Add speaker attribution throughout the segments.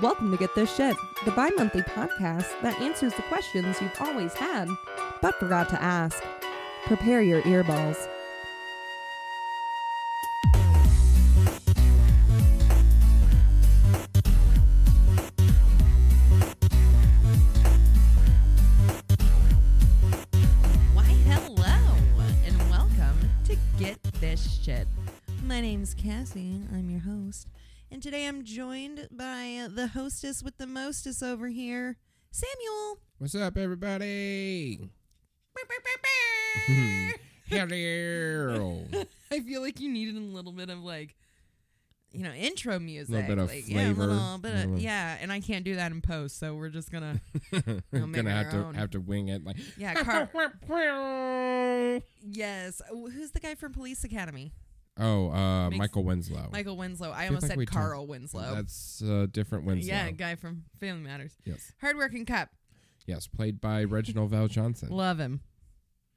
Speaker 1: Welcome to Get This Shit, the bi monthly podcast that answers the questions you've always had but forgot to ask. Prepare your earballs.
Speaker 2: Why, hello, and welcome to Get This Shit. My name's Cassie, I'm your host, and today I'm joined by the hostess with the mostest over here, Samuel.
Speaker 3: What's up, everybody? Hello.
Speaker 2: I feel like you needed a little bit of like, you know, intro music.
Speaker 3: bit of
Speaker 2: like, Yeah, a little
Speaker 3: flavor,
Speaker 2: bit
Speaker 3: little
Speaker 2: of,
Speaker 3: bit-
Speaker 2: yeah, and I can't do that in post, so we're just gonna,
Speaker 3: I'm
Speaker 2: make
Speaker 3: gonna
Speaker 2: our
Speaker 3: have to
Speaker 2: own.
Speaker 3: have to wing it like.
Speaker 2: yeah, car. yes. Oh, Who's the guy from Police Academy?
Speaker 3: oh, uh,
Speaker 2: Makes-
Speaker 3: Michael Winslow.
Speaker 2: Michael Winslow. I
Speaker 3: Feels
Speaker 2: almost
Speaker 3: like we
Speaker 2: said
Speaker 3: talked-
Speaker 2: Carl Winslow.
Speaker 3: That's uh, different Winslow.
Speaker 2: Yeah, guy from Family Matters.
Speaker 3: yes,
Speaker 2: Hardworking cop.
Speaker 3: yes. Played by Reginald Val Johnson.
Speaker 2: Love him.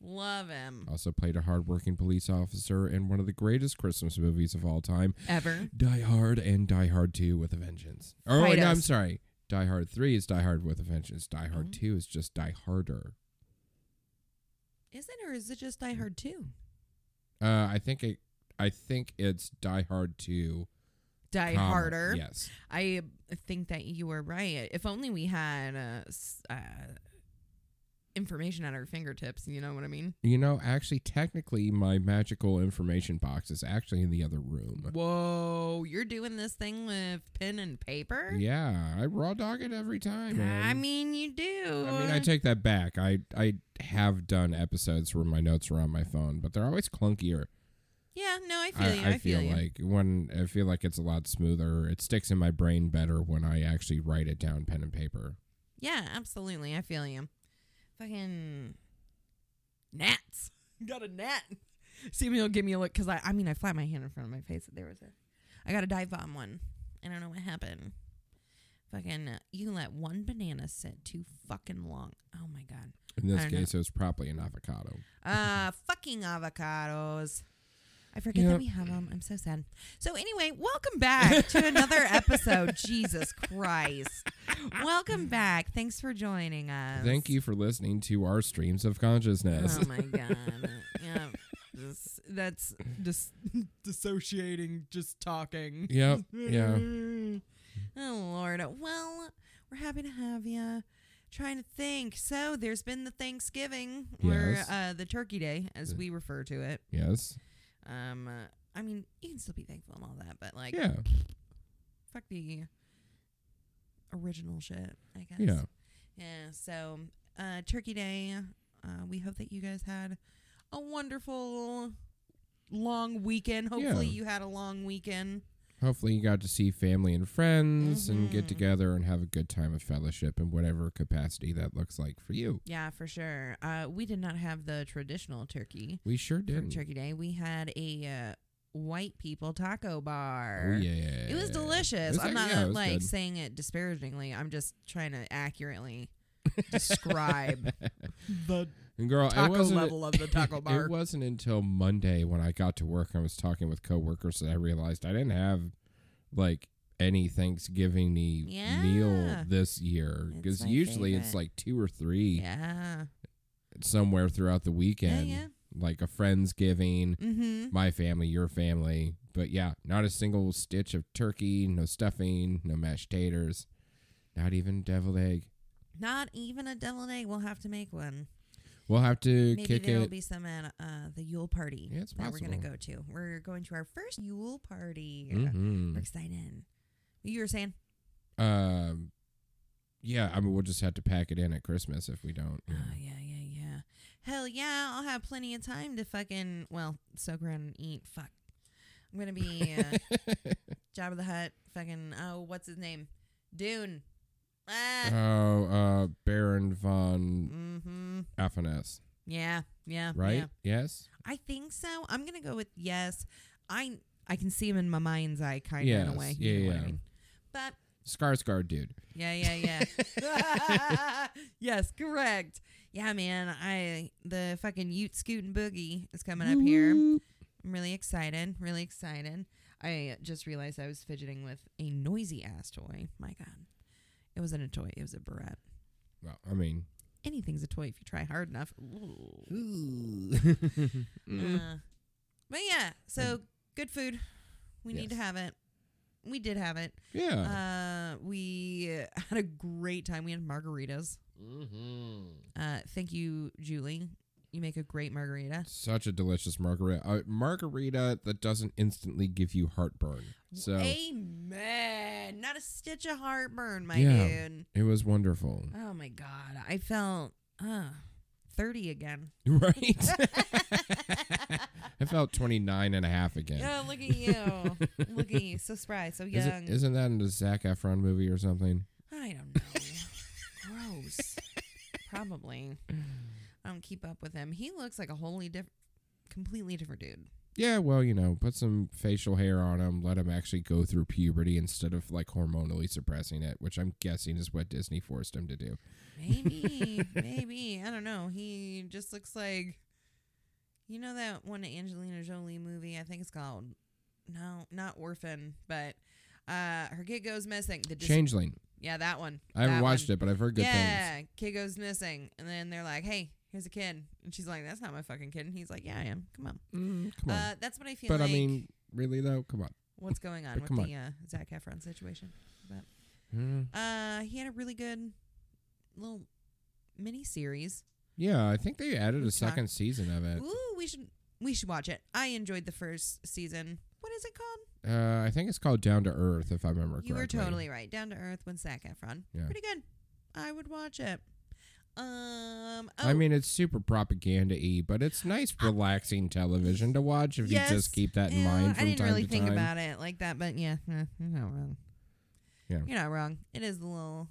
Speaker 2: Love him.
Speaker 3: also played a hardworking police officer in one of the greatest Christmas movies of all time,
Speaker 2: Ever.
Speaker 3: Die Hard and Die Hard Two with a Vengeance. Oh,
Speaker 2: Fight
Speaker 3: wait, no, I'm
Speaker 2: us.
Speaker 3: sorry. Die Hard Three is Die Hard with a Vengeance. Die Hard
Speaker 2: Oh.
Speaker 3: Two is just Die Harder.
Speaker 2: Is it or is it just Die Hard 2?
Speaker 3: Uh, I think it. I think it's Die Hard Two.
Speaker 2: Die
Speaker 3: comma,
Speaker 2: Harder.
Speaker 3: Yes.
Speaker 2: I think that you were right. If only we had uh, s- uh, information at our fingertips, you know what I mean?
Speaker 3: You know, actually, technically, my magical information box is actually in the other room.
Speaker 2: Whoa, you're doing this thing with pen and paper?
Speaker 3: Yeah, I raw dog it every time. Man.
Speaker 2: I mean, you do.
Speaker 3: I mean, I take that back. I I have done episodes where my notes are on my phone, but they're always clunkier.
Speaker 2: yeah, no, I feel you. I, feel,
Speaker 3: feel,
Speaker 2: you.
Speaker 3: like when I feel like it's a lot smoother. It sticks in my brain better when I actually write it down, pen and paper.
Speaker 2: Yeah, absolutely. I feel you. Fucking gnats. Got a gnat. Samuel, give me a look because I, I mean, I flat my hand in front of my face. There was a, I got a dive bomb one. I don't know what happened. Fucking, uh, you let one banana sit too fucking long. Oh my god.
Speaker 3: In
Speaker 2: I
Speaker 3: this
Speaker 2: don't know.
Speaker 3: case, it was probably an avocado.
Speaker 2: Uh, fucking avocados. I forget that
Speaker 3: Yep.
Speaker 2: we have them. I'm so sad. So anyway, welcome back to another episode. Jesus Christ. Welcome back. Thanks for joining us.
Speaker 3: Thank you for listening to our streams of consciousness.
Speaker 2: Oh my god. yeah. This- that's just dissociating, just talking.
Speaker 3: Yep. Yeah.
Speaker 2: Oh Lord. Well, we're happy to have you. Trying to think. So there's been the Thanksgiving or
Speaker 3: Yes.
Speaker 2: uh, the Turkey Day, as we refer to it.
Speaker 3: Yes.
Speaker 2: Um, uh, I mean, you can still be thankful and all that, but like,
Speaker 3: Yeah.
Speaker 2: fuck the original shit. I guess.
Speaker 3: Yeah.
Speaker 2: Yeah. So, uh, Turkey Day. Uh, we hope that you guys had a wonderful long weekend. Hopefully,
Speaker 3: Yeah.
Speaker 2: you had a long weekend.
Speaker 3: Hopefully, you got to see family and friends and
Speaker 2: Mhm.
Speaker 3: get together and have a good time of fellowship in whatever capacity that looks like for you.
Speaker 2: Yeah, for sure. Uh, we did not have the traditional turkey
Speaker 3: We sure
Speaker 2: for
Speaker 3: did.
Speaker 2: Turkey Day. We had a uh, white people taco bar.
Speaker 3: Oh, yeah.
Speaker 2: It was delicious.
Speaker 3: It was
Speaker 2: I'm
Speaker 3: ac-
Speaker 2: not
Speaker 3: yeah, it was
Speaker 2: like
Speaker 3: good.
Speaker 2: saying it disparagingly. I'm just trying to accurately describe the
Speaker 3: And girl, it
Speaker 2: taco
Speaker 3: wasn't.
Speaker 2: level of the taco bar.
Speaker 3: It wasn't until Monday when I got to work and I was talking with coworkers that I realized I didn't have like any Thanksgiving meal
Speaker 2: Yeah.
Speaker 3: this year
Speaker 2: It's
Speaker 3: because
Speaker 2: my
Speaker 3: usually it's
Speaker 2: favorite.
Speaker 3: like two or three
Speaker 2: yeah.
Speaker 3: somewhere throughout the
Speaker 2: Yeah,
Speaker 3: weekend,
Speaker 2: yeah.
Speaker 3: like a friendsgiving. giving.
Speaker 2: Mm-hmm.
Speaker 3: my family, your family. But yeah, not a single stitch of turkey, no stuffing, no mashed taters, not even deviled egg.
Speaker 2: Not even a deviled egg. We'll have to make one.
Speaker 3: We'll have to
Speaker 2: Maybe
Speaker 3: kick
Speaker 2: there'll
Speaker 3: it.
Speaker 2: be some at uh, the Yule party
Speaker 3: Yeah, it's
Speaker 2: that we're gonna
Speaker 3: possible.
Speaker 2: go to. We're going to our first Yule party. We're
Speaker 3: Mhm.
Speaker 2: excited. You were saying?
Speaker 3: Um, yeah, I mean, we'll just have to pack it in at Christmas if we don't.
Speaker 2: Oh yeah, yeah, yeah. Hell yeah, I'll have plenty of time to fucking well soak around and eat. Fuck, I'm gonna be uh, Job of the Hut. Fucking oh, what's his name? Dune. Ah.
Speaker 3: oh, uh, Baron von
Speaker 2: mm-hmm.
Speaker 3: Afanas,
Speaker 2: Yeah, yeah,
Speaker 3: right?
Speaker 2: Yeah.
Speaker 3: Yes.
Speaker 2: I think so. I'm gonna go with yes. I I can see him in my mind's eye, kind of in
Speaker 3: Yes,
Speaker 2: a way.
Speaker 3: yeah,
Speaker 2: you know what I
Speaker 3: yeah.
Speaker 2: mean? But
Speaker 3: Skarsgård, dude.
Speaker 2: Yeah, yeah, yeah. yes, correct. Yeah, man. I the fucking Ute Scootin' Boogie is coming up here. I'm really excited. Really excited. I just realized I was fidgeting with a noisy ass toy. My God. It wasn't a toy, it was a barrette.
Speaker 3: Well, I mean,
Speaker 2: Anything's a toy if you try hard enough. Ooh.
Speaker 3: Mm-hmm.
Speaker 2: Uh, but yeah, so good food. We need to
Speaker 3: Yes.
Speaker 2: have it. We did have it.
Speaker 3: yeah.
Speaker 2: Uh, we had a great time. We had margaritas.
Speaker 3: mm-hmm.
Speaker 2: Uh, thank you, Julie. You make a great margarita.
Speaker 3: Such a delicious margarita. A margarita that doesn't instantly give you heartburn. So
Speaker 2: Amen. Not a stitch of heartburn, my
Speaker 3: Yeah.
Speaker 2: dude.
Speaker 3: it was wonderful.
Speaker 2: Oh my god, I felt uh, thirty again.
Speaker 3: Right? I felt 29 and a half again.
Speaker 2: Oh, look at you! look at you, so spry, so
Speaker 3: Is
Speaker 2: young.
Speaker 3: it, isn't that in the Zac Efron movie or something?
Speaker 2: I don't know. Gross. Probably. I don't keep up with him. He looks like a wholly different, completely different dude.
Speaker 3: Yeah, well, you know, put some facial hair on him, let him actually go through puberty instead of like hormonally suppressing it, which I'm guessing is what Disney forced him to do.
Speaker 2: Maybe, maybe. I don't know. He just looks like you know that one Angelina Jolie movie, I think it's called No, not Orphan, but uh her kid goes missing. The dis-
Speaker 3: Changeling.
Speaker 2: Yeah, that one.
Speaker 3: I haven't watched it, but I've heard good
Speaker 2: yeah,
Speaker 3: things.
Speaker 2: kid goes missing. And then they're like, Hey, here's a kid and she's like, That's not my fucking kid and he's like, Yeah, I am. Come on.
Speaker 3: Mm, come on.
Speaker 2: Uh that's what I feel
Speaker 3: but
Speaker 2: like
Speaker 3: I mean, really though, come on.
Speaker 2: what's going on
Speaker 3: but
Speaker 2: with
Speaker 3: come
Speaker 2: the uh Zach Efron situation.
Speaker 3: Mm.
Speaker 2: Uh he had a really good little mini series.
Speaker 3: Yeah, I think they added a
Speaker 2: Let's talk.
Speaker 3: second season of it.
Speaker 2: Ooh, we should we should watch it. I enjoyed the first season. What is it called?
Speaker 3: Uh, I think it's called Down to Earth, if I remember correctly.
Speaker 2: You were totally right. Down to Earth with Zac Efron.
Speaker 3: Yeah.
Speaker 2: Pretty good. I would watch it. Um,
Speaker 3: I
Speaker 2: oh,
Speaker 3: mean, it's super propaganda y, but it's nice, relaxing television to watch if you
Speaker 2: Yes,
Speaker 3: just keep that in
Speaker 2: yeah,
Speaker 3: mind
Speaker 2: I
Speaker 3: from
Speaker 2: didn't
Speaker 3: time
Speaker 2: really
Speaker 3: to
Speaker 2: think
Speaker 3: time.
Speaker 2: about it like that, but yeah, eh, you're not wrong.
Speaker 3: Yeah.
Speaker 2: You're not wrong. It is a little.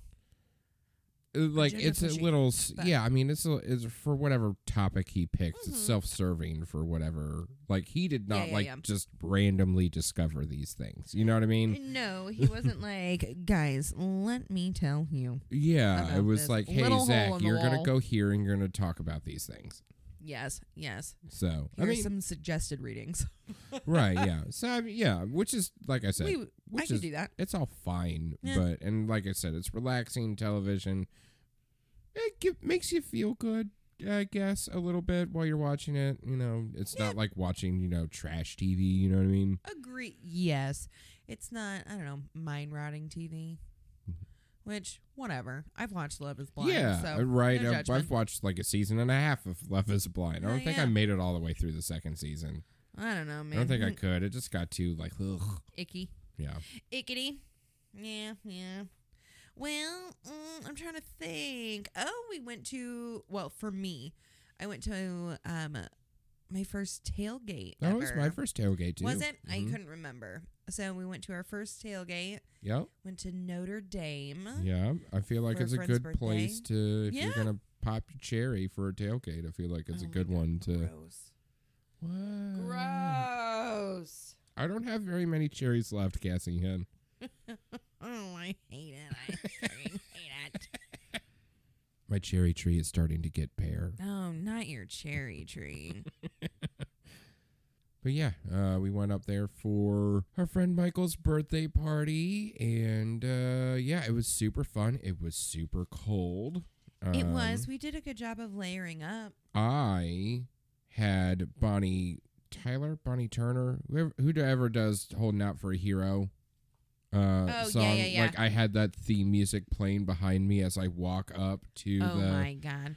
Speaker 3: Uh, like
Speaker 2: Agenda
Speaker 3: it's a
Speaker 2: pushing,
Speaker 3: little s
Speaker 2: but-
Speaker 3: yeah i mean it's, a, it's for whatever topic he picks it's
Speaker 2: Mhm.
Speaker 3: self-serving for whatever like he did not
Speaker 2: yeah,
Speaker 3: like
Speaker 2: yeah.
Speaker 3: just randomly discover these things you know what i mean
Speaker 2: No, he wasn't like, guys, let me tell you.
Speaker 3: yeah
Speaker 2: About
Speaker 3: it was
Speaker 2: this
Speaker 3: like hey
Speaker 2: little hole
Speaker 3: zach
Speaker 2: in the
Speaker 3: you're gonna
Speaker 2: wall."
Speaker 3: go here and you're gonna talk about these things
Speaker 2: Yes, yes.
Speaker 3: so
Speaker 2: Here
Speaker 3: i
Speaker 2: are
Speaker 3: mean
Speaker 2: some suggested readings.
Speaker 3: right yeah so I mean, yeah which is like i said
Speaker 2: We, I
Speaker 3: which
Speaker 2: could
Speaker 3: is
Speaker 2: do that.
Speaker 3: it's all fine
Speaker 2: Yeah.
Speaker 3: but and like i said it's relaxing television it gi- makes you feel good i guess a little bit while you're watching it you know it's not like watching you know trash tv you know what i mean
Speaker 2: Agree. Yes. It's not, I don't know, mind rotting TV. Which, whatever. I've watched Love is Blind.
Speaker 3: Mm-hmm. yeah
Speaker 2: So
Speaker 3: uh, right
Speaker 2: no
Speaker 3: I've- I've,
Speaker 2: judgment.
Speaker 3: watched like a season and a half of love is blind i
Speaker 2: Oh,
Speaker 3: don't think i
Speaker 2: yeah.
Speaker 3: made it all the way through the second season
Speaker 2: I don't know, man.
Speaker 3: i don't think i could it just got too like ugh.
Speaker 2: Icky.
Speaker 3: yeah
Speaker 2: Ickety. Yeah, yeah. Well, mm, I'm trying to think. Oh, we went to, well, for me, I went to um my first tailgate.
Speaker 3: that was
Speaker 2: ever.
Speaker 3: my first tailgate too
Speaker 2: Was it? I
Speaker 3: Mhm.
Speaker 2: couldn't remember. So we went to our first tailgate,
Speaker 3: yep
Speaker 2: went to Notre Dame.
Speaker 3: Yeah, I feel like
Speaker 2: Uh-huh. for a
Speaker 3: it's a
Speaker 2: friend's
Speaker 3: good
Speaker 2: birthday.
Speaker 3: place to if
Speaker 2: Yeah.
Speaker 3: you're gonna pop your cherry for a tailgate. I feel like it's
Speaker 2: Oh
Speaker 3: a
Speaker 2: my
Speaker 3: good
Speaker 2: God,
Speaker 3: one to.
Speaker 2: Gross.
Speaker 3: What?
Speaker 2: Mm. Gross.
Speaker 3: I don't have very many cherries left, Cassie. Hen.
Speaker 2: Oh, I hate it. I fucking hate it.
Speaker 3: My cherry tree is starting to get bare.
Speaker 2: Oh, not your cherry tree.
Speaker 3: But yeah, uh, we went up there for our friend Michael's birthday party, and uh, yeah, it was super fun. It was super cold.
Speaker 2: it
Speaker 3: Um,
Speaker 2: was. We did a good job of layering up.
Speaker 3: I had Bonnie Tyler, Bonnie Turner, whoever, whoever does "Holding Out for a Hero" uh,
Speaker 2: Oh,
Speaker 3: song.
Speaker 2: yeah, yeah, yeah.
Speaker 3: Like I had that theme music playing behind me as I walk up to
Speaker 2: Oh
Speaker 3: the
Speaker 2: my god.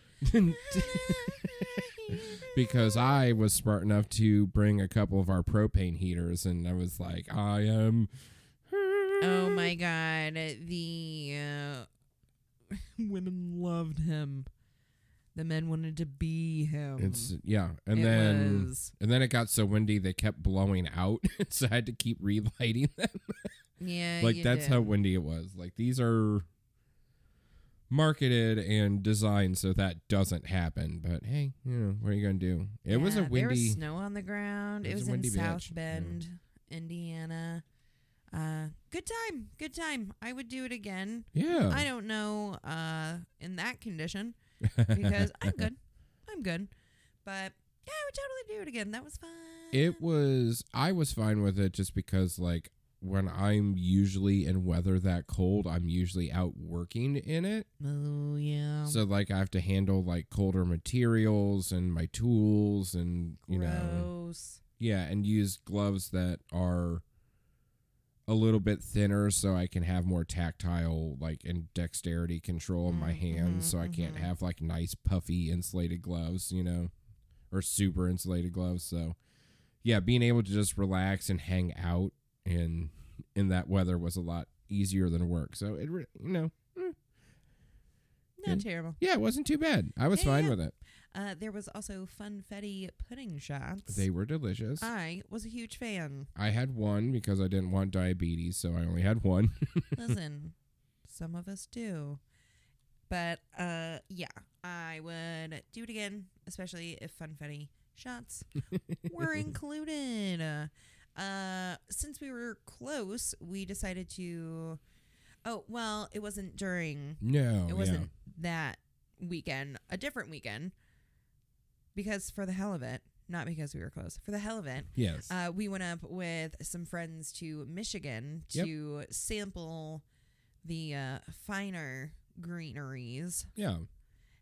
Speaker 3: because I was smart enough to bring a couple of our propane heaters, and I was like, I am.
Speaker 2: Oh my god. The uh, women loved him. The men wanted to be him.
Speaker 3: It's yeah, and
Speaker 2: Mm-hmm. It
Speaker 3: then
Speaker 2: was-
Speaker 3: and then it got so windy they kept blowing out, so I had to keep relighting them.
Speaker 2: yeah,
Speaker 3: like
Speaker 2: you
Speaker 3: that's
Speaker 2: did.
Speaker 3: how windy it was like these are marketed and designed so that doesn't happen but hey you know what are you gonna do it was a
Speaker 2: Yeah, There was
Speaker 3: windy
Speaker 2: snow on the ground. It was,
Speaker 3: a
Speaker 2: in
Speaker 3: windy
Speaker 2: South
Speaker 3: bitch, yeah.
Speaker 2: Bend, Indiana. Uh, good time, good time. I would do it again. I
Speaker 3: yeah
Speaker 2: don't know uh, in that condition because I'm good. I'm good, but yeah, yeah, I would totally do it again. That was fun. uh,
Speaker 3: It was I was fine with it just because like when I'm usually in weather that cold, I'm usually out working in it.
Speaker 2: Oh yeah.
Speaker 3: So like I have to handle like colder materials and my tools and you know
Speaker 2: Gross.
Speaker 3: yeah, and use gloves that are a little bit thinner so I can have more tactile like and dexterity control in my
Speaker 2: Mhm,
Speaker 3: hands so I
Speaker 2: mhm,
Speaker 3: can't
Speaker 2: mhm.
Speaker 3: have like nice puffy insulated gloves, you know, or super insulated gloves. So yeah, being able to just relax and hang out in in that weather was a lot easier than work. So it re- you know,
Speaker 2: Not
Speaker 3: Yeah.
Speaker 2: terrible.
Speaker 3: yeah, it wasn't too bad. I was
Speaker 2: Yeah,
Speaker 3: fine
Speaker 2: yeah.
Speaker 3: with it.
Speaker 2: Uh, there was also funfetti pudding shots.
Speaker 3: They were delicious.
Speaker 2: I was a huge fan.
Speaker 3: I had one because I didn't want diabetes, so I only had one.
Speaker 2: Listen, some of us do. But uh, yeah, I would do it again, especially if funfetti shots were included. Uh, since we were close, we decided to. Oh, well, it wasn't during
Speaker 3: no,
Speaker 2: it
Speaker 3: Oh, yeah.
Speaker 2: wasn't that weekend, a different weekend. Because for the hell of it, not because we were close, for the hell of it,
Speaker 3: Yes.
Speaker 2: uh, we went up with some friends to Michigan
Speaker 3: Yep.
Speaker 2: to sample the uh, finer greeneries.
Speaker 3: yeah.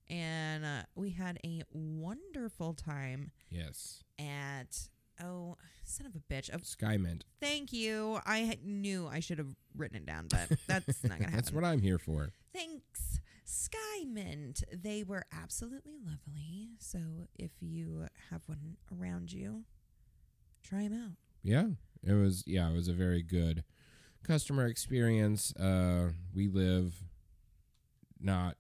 Speaker 2: And uh, we had a wonderful time
Speaker 3: Yes.
Speaker 2: at, oh, son of a bitch. Oh,
Speaker 3: Sky Mint.
Speaker 2: thank you. I had- knew I should have written it down, but that's not going to happen.
Speaker 3: That's what I'm here for.
Speaker 2: Thanks, Sky Mint. They were absolutely lovely. So if you have one around you, try 'em out.
Speaker 3: Yeah. It was yeah, it was a very good customer experience. Uh we live not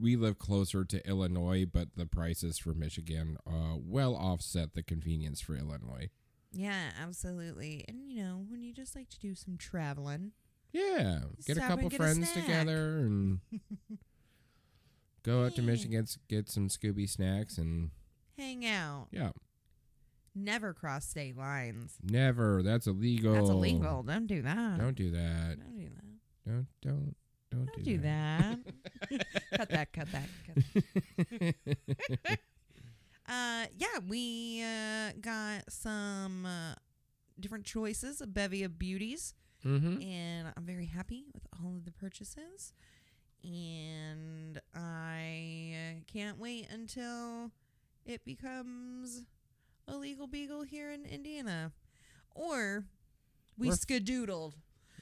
Speaker 3: we live closer to Illinois, but the prices for Michigan uh well offset the convenience for Illinois.
Speaker 2: Yeah, absolutely. And you know, when you just like to do some traveling,
Speaker 3: Yeah. Get
Speaker 2: Stop
Speaker 3: a couple
Speaker 2: and get a
Speaker 3: friends
Speaker 2: snack.
Speaker 3: together and go out to
Speaker 2: Yeah.
Speaker 3: Michigan s- get some Scooby snacks and
Speaker 2: hang out,
Speaker 3: yeah.
Speaker 2: never cross state lines.
Speaker 3: Never. That's illegal.
Speaker 2: That's illegal. Oh. Don't do that.
Speaker 3: Don't do that.
Speaker 2: Don't do that.
Speaker 3: Don't don't don't,
Speaker 2: Don't do that. cut that. Cut that. Cut that. Uh, yeah, we uh, got some uh, different choices, a bevy of beauties.
Speaker 3: mm-hmm.
Speaker 2: and I'm very happy with all of the purchases. And I can't wait until it becomes a legal beagle here in Indiana, or we
Speaker 3: Or-
Speaker 2: skadoodled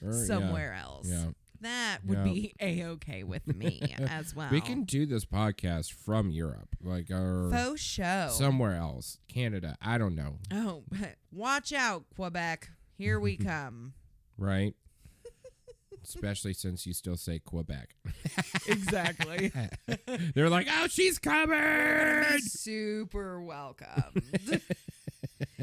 Speaker 3: Or, yeah,
Speaker 2: somewhere else.
Speaker 3: Yeah.
Speaker 2: That would
Speaker 3: Yeah.
Speaker 2: be a okay with me as well.
Speaker 3: We can do this podcast from Europe, like or
Speaker 2: faux show.
Speaker 3: somewhere else, Canada. I don't know,
Speaker 2: oh, watch out, Quebec! Here we come.
Speaker 3: right? Especially since you still say Quebec.
Speaker 2: exactly.
Speaker 3: They're like, "Oh, she's coming."
Speaker 2: super welcome.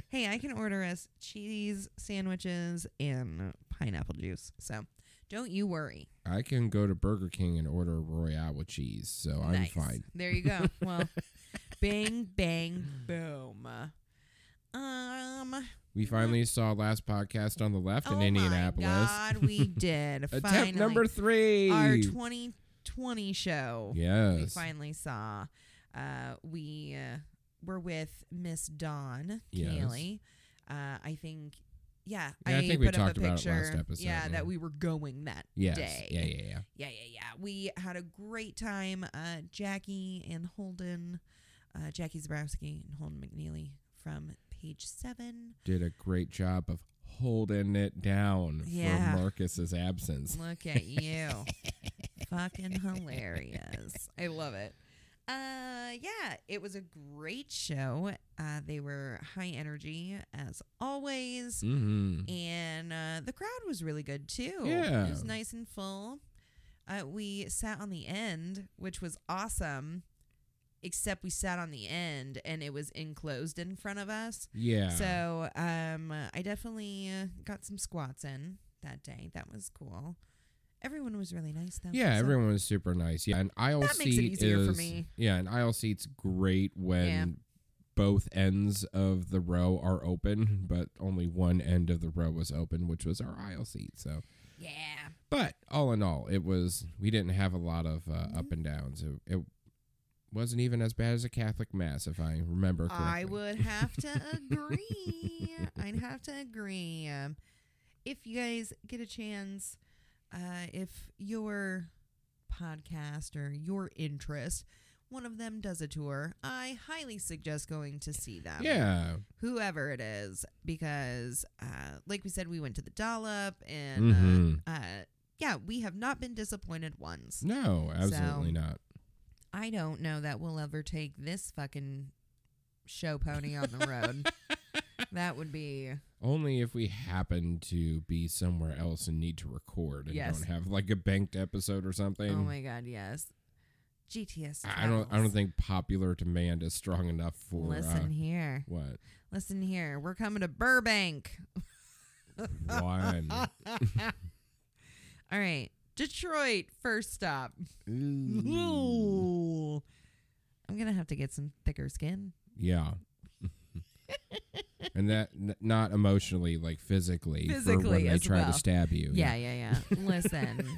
Speaker 2: hey, I can order us cheese sandwiches and pineapple juice. So don't you worry.
Speaker 3: I can go to Burger King and order a royale with cheese, so Oh, I'm
Speaker 2: Nice.
Speaker 3: fine.
Speaker 2: There you go. Well, bang, bang, boom. Um,
Speaker 3: We finally saw last podcast on the left in Indianapolis.
Speaker 2: Oh my God, we did.
Speaker 3: Attempt
Speaker 2: finally,
Speaker 3: number three.
Speaker 2: Our 2020 show. We
Speaker 3: yes.
Speaker 2: finally saw. Uh, we uh, were with Miss Dawn
Speaker 3: Yes.
Speaker 2: Keneally. Uh, I think, yeah,
Speaker 3: Yeah, I think we
Speaker 2: put up
Speaker 3: talked
Speaker 2: a
Speaker 3: about it
Speaker 2: picture.
Speaker 3: last episode,
Speaker 2: Yeah,
Speaker 3: yeah.
Speaker 2: that we were going that
Speaker 3: Yes.
Speaker 2: day.
Speaker 3: Yeah, yeah, yeah.
Speaker 2: yeah, yeah, yeah. We had a great time. Uh, Jackie and Holden, uh, Jackie Zabrowski and Holden McNeely from Page Seven.
Speaker 3: did a great job of holding it down
Speaker 2: Yeah.
Speaker 3: for Marcus's absence.
Speaker 2: Look at you. Fucking hilarious. I love it. Uh yeah, it was a great show. Uh they were high energy as always.
Speaker 3: Mm-hmm.
Speaker 2: And uh the crowd was really good too. It
Speaker 3: Yeah.
Speaker 2: was nice and full. Uh we sat on the end, which was awesome. Except we sat on the end and it was enclosed in front of us.
Speaker 3: Yeah.
Speaker 2: So um, I definitely uh, got some squats in that day. That was cool. Everyone was really nice though.
Speaker 3: yeah,
Speaker 2: So-
Speaker 3: everyone was super nice. Yeah, and aisle
Speaker 2: That makes it
Speaker 3: seat
Speaker 2: easier
Speaker 3: is
Speaker 2: for me.
Speaker 3: yeah, and aisle seat's great when
Speaker 2: Yeah.
Speaker 3: both ends of the row are open, but only one end of the row was open, which was our aisle seat. So,
Speaker 2: Yeah.
Speaker 3: but all in all, it was we didn't have a lot of uh, up and downs. It, it Wasn't even as bad as a Catholic mass, if I remember correctly.
Speaker 2: I would have to agree. I'd have to agree. Um, if you guys get a chance, uh, if your podcast or your interest, one of them does a tour, I highly suggest going to see them.
Speaker 3: Yeah.
Speaker 2: Whoever it is, because uh, like we said, we went to the dollop and
Speaker 3: Mhm.
Speaker 2: uh, uh, yeah, we have not been disappointed once.
Speaker 3: No, absolutely not.
Speaker 2: I don't know that we'll ever take this fucking show pony on the road. that would be
Speaker 3: Only if we happen to be somewhere else and need to record and
Speaker 2: Yes.
Speaker 3: don't have like a banked episode or something.
Speaker 2: oh my god, yes. GTS.
Speaker 3: I I don't. I don't
Speaker 2: travels.
Speaker 3: think popular demand is strong enough for
Speaker 2: Listen
Speaker 3: uh,
Speaker 2: here.
Speaker 3: what
Speaker 2: Listen here. We're coming to Burbank.
Speaker 3: one.
Speaker 2: All right. Detroit first stop.
Speaker 3: Hmm. Ooh.
Speaker 2: Ooh. I'm gonna have to get some thicker skin.
Speaker 3: yeah. and that n- not emotionally, like physically, for when
Speaker 2: Physically
Speaker 3: they
Speaker 2: as
Speaker 3: try
Speaker 2: well.
Speaker 3: to stab you.
Speaker 2: Yeah, yeah, yeah. Listen.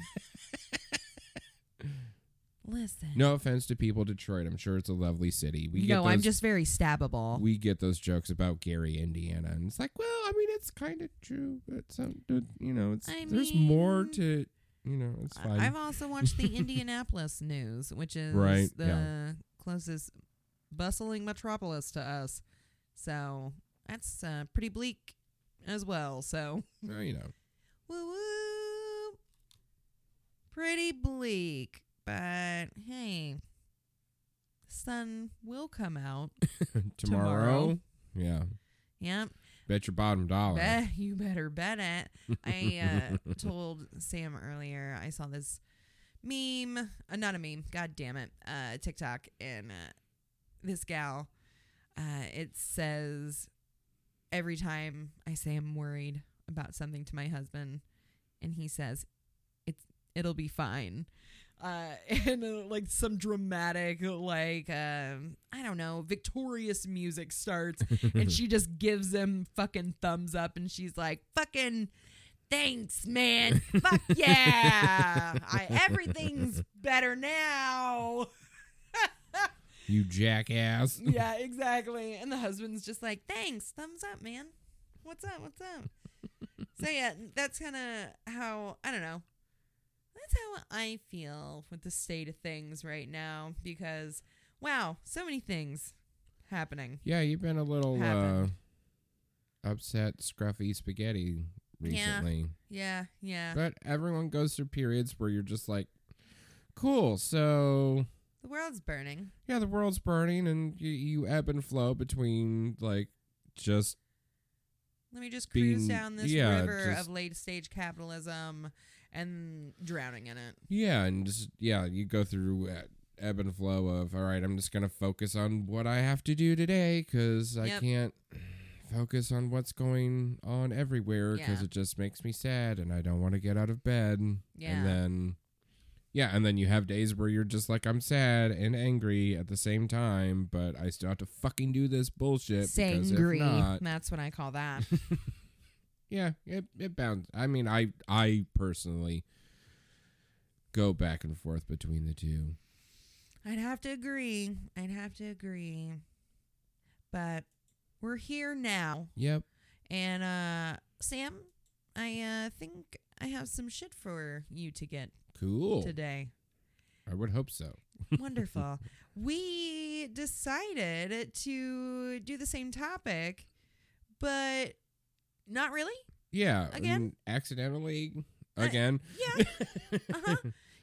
Speaker 2: Listen.
Speaker 3: No offense to people, Detroit. I'm sure it's a lovely city. We get
Speaker 2: no, I'm
Speaker 3: those-
Speaker 2: just very stabbable.
Speaker 3: we get those jokes about Gary, Indiana, and it's like, well, I mean, it's kind of true, but some, you know, it's
Speaker 2: I
Speaker 3: there's more
Speaker 2: mean,
Speaker 3: to, you know, it's
Speaker 2: I-
Speaker 3: fine.
Speaker 2: I've also watched the Indianapolis news, which is
Speaker 3: Right,
Speaker 2: the
Speaker 3: yeah.
Speaker 2: closest bustling metropolis to us. So that's uh, pretty bleak as well. So
Speaker 3: Well, you know,
Speaker 2: woo woo, pretty bleak. But hey, sun will come out.
Speaker 3: tomorrow,
Speaker 2: Tomorrow.
Speaker 3: yeah,
Speaker 2: Yep.
Speaker 3: bet your bottom dollar.
Speaker 2: Bet, you better bet it. I uh, told Sam earlier I saw this meme, uh, not a meme, god damn it, uh, TikTok, and uh, this gal, uh, it says every time I say I'm worried about something to my husband, and he says it's it'll be fine. Uh, and uh, like some dramatic, like um, I don't know, victorious music starts, and she just gives him fucking thumbs up and she's like fucking thanks man fuck yeah I, everything's better now
Speaker 3: you jackass.
Speaker 2: yeah exactly and the husband's just like thanks thumbs up man what's up what's up so yeah that's kind of how i don't know that's how i feel with the state of things right now because wow so many things happening
Speaker 3: Yeah, you've been a little uh,
Speaker 2: Happened.
Speaker 3: upset, scruffy spaghetti
Speaker 2: Yeah.
Speaker 3: recently,
Speaker 2: yeah yeah
Speaker 3: but everyone goes through periods where you're just like, cool, so
Speaker 2: the world's burning
Speaker 3: yeah, the world's burning, and you, you ebb and flow between like just
Speaker 2: Let me just cruise
Speaker 3: being-
Speaker 2: down this
Speaker 3: yeah,
Speaker 2: river
Speaker 3: just-
Speaker 2: of late stage capitalism and drowning in it.
Speaker 3: yeah, and just yeah, you go through uh, ebb and flow of all right, I'm just gonna focus on what I have to do today because I
Speaker 2: Yep.
Speaker 3: can't focus on what's going on everywhere because
Speaker 2: Yeah.
Speaker 3: it just makes me sad, and I don't want to get out of bed.
Speaker 2: Yeah.
Speaker 3: and then yeah, and then you have days where you're just like I'm sad and angry at the same time, but I still have to fucking do this bullshit. because if not-
Speaker 2: That's what I call that.
Speaker 3: Yeah, it it bounds. I mean, I I personally go back and forth between the two.
Speaker 2: I'd have to agree. I'd have to agree. But we're here now.
Speaker 3: Yep.
Speaker 2: And uh Sam, I uh think I have some shit for you to get
Speaker 3: Cool.
Speaker 2: today.
Speaker 3: I would hope so.
Speaker 2: Wonderful. we decided to do the same topic, but not really.
Speaker 3: Yeah.
Speaker 2: Again? Eh.
Speaker 3: and accidentally.
Speaker 2: I-
Speaker 3: Again.
Speaker 2: Yeah. uh-huh.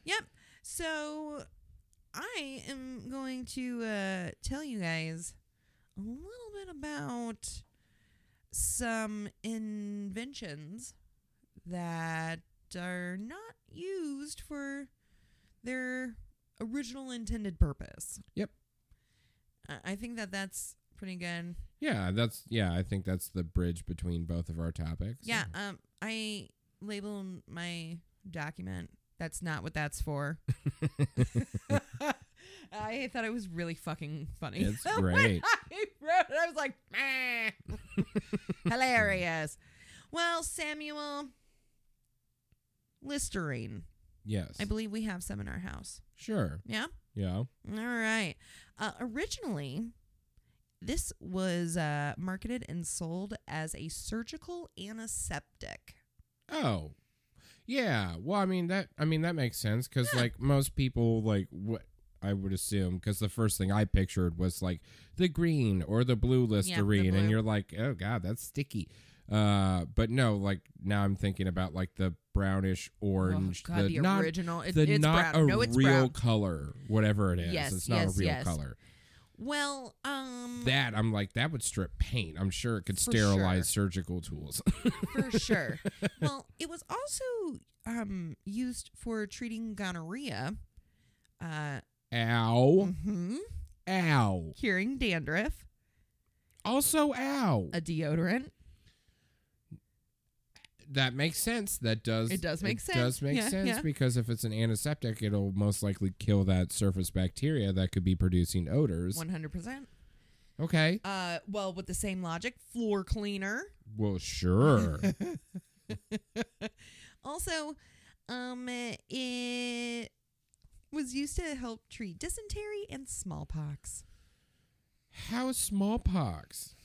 Speaker 2: Yep. So I am going to uh, tell you guys a little bit about some inventions that are not used for their original intended purpose.
Speaker 3: Yep.
Speaker 2: I- I think that that's pretty good.
Speaker 3: yeah. That's yeah. I think that's the bridge between both of our topics.
Speaker 2: Yeah. Um, I label my document. That's not what that's for. I thought it was really fucking funny.
Speaker 3: It's
Speaker 2: When
Speaker 3: great.
Speaker 2: I wrote it. I was like, "Meh." hilarious. Well, Samuel, Listerine
Speaker 3: Yes.
Speaker 2: I believe we have some in our house.
Speaker 3: sure.
Speaker 2: Yeah.
Speaker 3: Yeah.
Speaker 2: All right. Uh, originally, this was uh, marketed and sold as a surgical antiseptic.
Speaker 3: Oh. Yeah. Well, I mean that. I mean that makes sense because like most people like what I would assume because the first thing I pictured was like the green or the blue Listerine,
Speaker 2: blue.
Speaker 3: and you're like, oh god, that's sticky. Uh, but no, like now I'm thinking about like the brownish orange,
Speaker 2: oh, God, the,
Speaker 3: the, not
Speaker 2: original. It,
Speaker 3: the
Speaker 2: it's
Speaker 3: not
Speaker 2: brown.
Speaker 3: a
Speaker 2: No, it's
Speaker 3: real
Speaker 2: brown.
Speaker 3: color, whatever it is.
Speaker 2: Yes,
Speaker 3: it's not
Speaker 2: yes,
Speaker 3: a real
Speaker 2: yes.
Speaker 3: color.
Speaker 2: Well, um,
Speaker 3: That I'm like that would strip paint. I'm sure it could
Speaker 2: For
Speaker 3: sterilize
Speaker 2: sure.
Speaker 3: surgical tools.
Speaker 2: for sure. Well, it was also um, used for treating gonorrhea, uh,
Speaker 3: ow,
Speaker 2: mhm,
Speaker 3: ow.
Speaker 2: curing dandruff,
Speaker 3: Also, ow.
Speaker 2: a deodorant.
Speaker 3: that makes sense. That does.
Speaker 2: It does make sense.
Speaker 3: Does make
Speaker 2: Yeah,
Speaker 3: sense
Speaker 2: yeah.
Speaker 3: because if it's an antiseptic, it'll most likely kill that surface bacteria that could be producing odors.
Speaker 2: One hundred percent.
Speaker 3: Okay.
Speaker 2: Uh, well, with the same logic, floor cleaner.
Speaker 3: Well, sure.
Speaker 2: Also, um, it was used to help treat dysentery and smallpox.
Speaker 3: How is smallpox?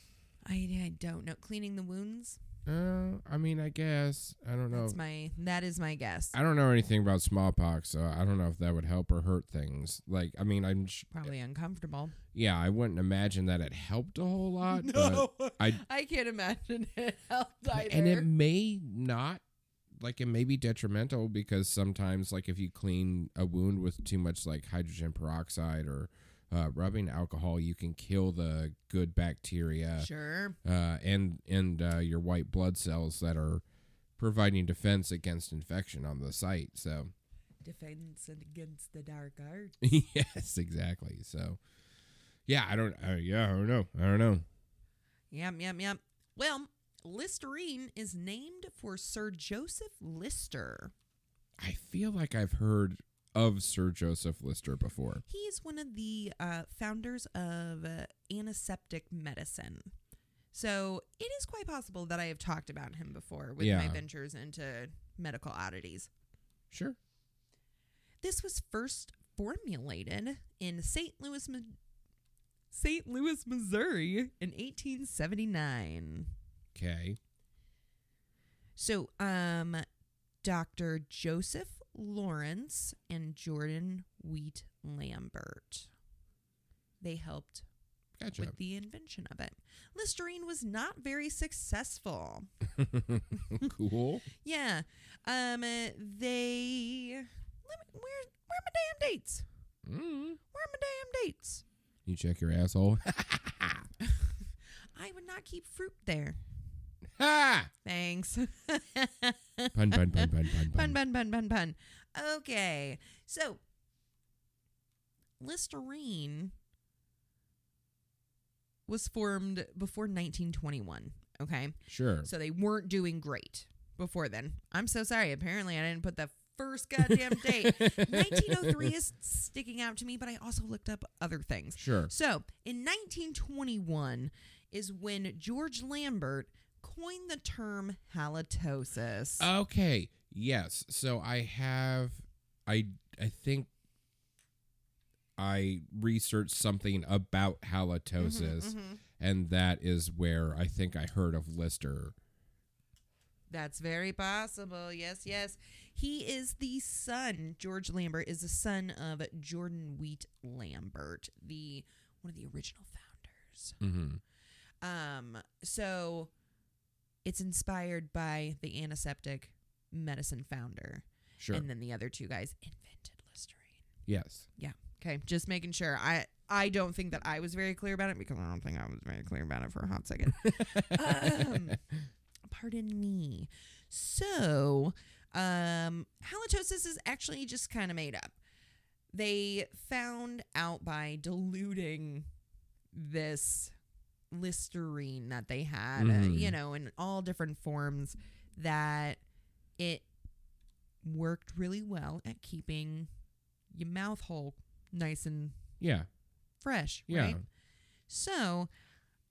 Speaker 2: I, I don't know. Cleaning the wounds.
Speaker 3: Uh, I mean, I guess I don't know.
Speaker 2: That's my that is my guess.
Speaker 3: I don't know anything about smallpox, so I don't know if that would help or hurt things. Like, I mean, I'm sh-
Speaker 2: Probably uncomfortable.
Speaker 3: yeah, I wouldn't imagine that it helped a whole lot. Uh, but I
Speaker 2: I can't imagine it helped either.
Speaker 3: and it may not like it may be detrimental because sometimes like if you clean a wound with too much like hydrogen peroxide or uh, rubbing alcohol you can kill the good bacteria
Speaker 2: sure.
Speaker 3: uh, and and uh, your white blood cells that are providing defense against infection on the site so
Speaker 2: Defense against the dark arts.
Speaker 3: yes exactly so yeah i don't uh, yeah i don't know i don't know
Speaker 2: Yep, yep, yep. Well, Listerine is named for Sir Joseph Lister.
Speaker 3: i feel like i've heard of sir joseph lister before
Speaker 2: He is one of the uh, founders of uh, antiseptic medicine. So it is quite possible that I have talked about him before with my
Speaker 3: Yeah.
Speaker 2: ventures into medical oddities.
Speaker 3: sure
Speaker 2: This was first formulated in St. Louis, Mi- St. Louis, Missouri in 1879.
Speaker 3: okay
Speaker 2: So, um, Dr. Joseph Lawrence and Jordan Wheat Lambert. They helped
Speaker 3: gotcha
Speaker 2: with the invention of it. Listerine was not very successful.
Speaker 3: cool.
Speaker 2: Yeah. Um uh, they let me, where where are my damn dates?
Speaker 3: Mm.
Speaker 2: Where are my damn dates?
Speaker 3: You check your asshole.
Speaker 2: I would not keep fruit there.
Speaker 3: ha!
Speaker 2: Thanks.
Speaker 3: Pun, pun, pun, pun, pun,
Speaker 2: Pun,
Speaker 3: pun.
Speaker 2: pun, pun, pun, pun. Okay. So, Listerine was formed before 1921. Okay.
Speaker 3: Sure.
Speaker 2: So they weren't doing great before then. I'm so sorry. Apparently, I didn't put the first goddamn date. 1903 is sticking out to me, but I also looked up other things.
Speaker 3: Sure.
Speaker 2: So, in 1921 is when George Lambert coined the term halitosis.
Speaker 3: Oh, Okay. Yes. So I have. I I think. I researched something about halitosis,
Speaker 2: mhm.
Speaker 3: and that is where I think I heard of Lister.
Speaker 2: That's very possible. Yes, yes. He is the son. George Lambert is the son of Jordan Wheat Lambert, the one of the original founders.
Speaker 3: Mm-hmm.
Speaker 2: Um, so it's inspired by the antiseptic medicine founder,
Speaker 3: Sure.
Speaker 2: and then the other two guys invented Listerine.
Speaker 3: yes.
Speaker 2: Okay, just making sure. I I don't think that I was very clear about it because I don't think I was very clear about it for a hot second. Um, pardon me. So, um, halitosis is actually just kind of made up. They found out by diluting this listerine that they had, uh,
Speaker 3: Mhm.
Speaker 2: you know, in all different forms, that it worked really well at keeping your mouth hole nice and
Speaker 3: yeah.
Speaker 2: fresh,
Speaker 3: Yeah.
Speaker 2: right? So,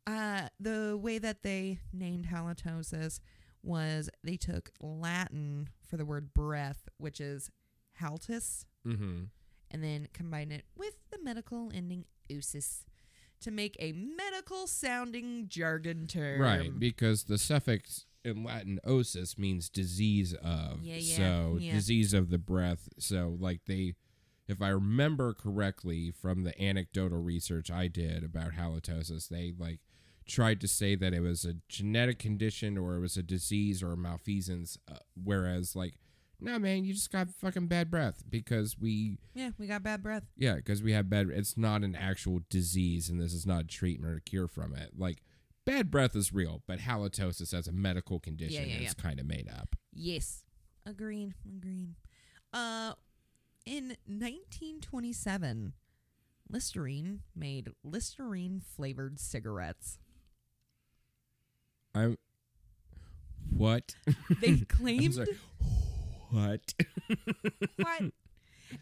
Speaker 2: uh, the way that they named halitosis was they took Latin for the word breath, which is haltus
Speaker 3: Mm-hmm.
Speaker 2: and then combine it with the medical ending osis to make a medical sounding jargon term.
Speaker 3: Right, because the suffix in Latin osis means disease of.
Speaker 2: Yeah, yeah,
Speaker 3: so
Speaker 2: yeah.
Speaker 3: disease of the breath. So like they if I remember correctly from the anecdotal research I did about halitosis, they like tried to say that it was a genetic condition or it was a disease or a malfeasance uh, whereas like no man, you just got fucking bad breath because we
Speaker 2: Yeah, we got bad breath.
Speaker 3: yeah, because we have bad. It's not an actual disease, and this is not a treatment or a cure from it. Like bad breath is real, but halitosis as a medical condition
Speaker 2: yeah,
Speaker 3: is kind of made up.
Speaker 2: Yes. Agreed. Agreed. Uh in 1927, Listerine made Listerine flavored cigarettes.
Speaker 3: I'm what?
Speaker 2: They
Speaker 3: I'm
Speaker 2: claimed
Speaker 3: sorry. What?
Speaker 2: what?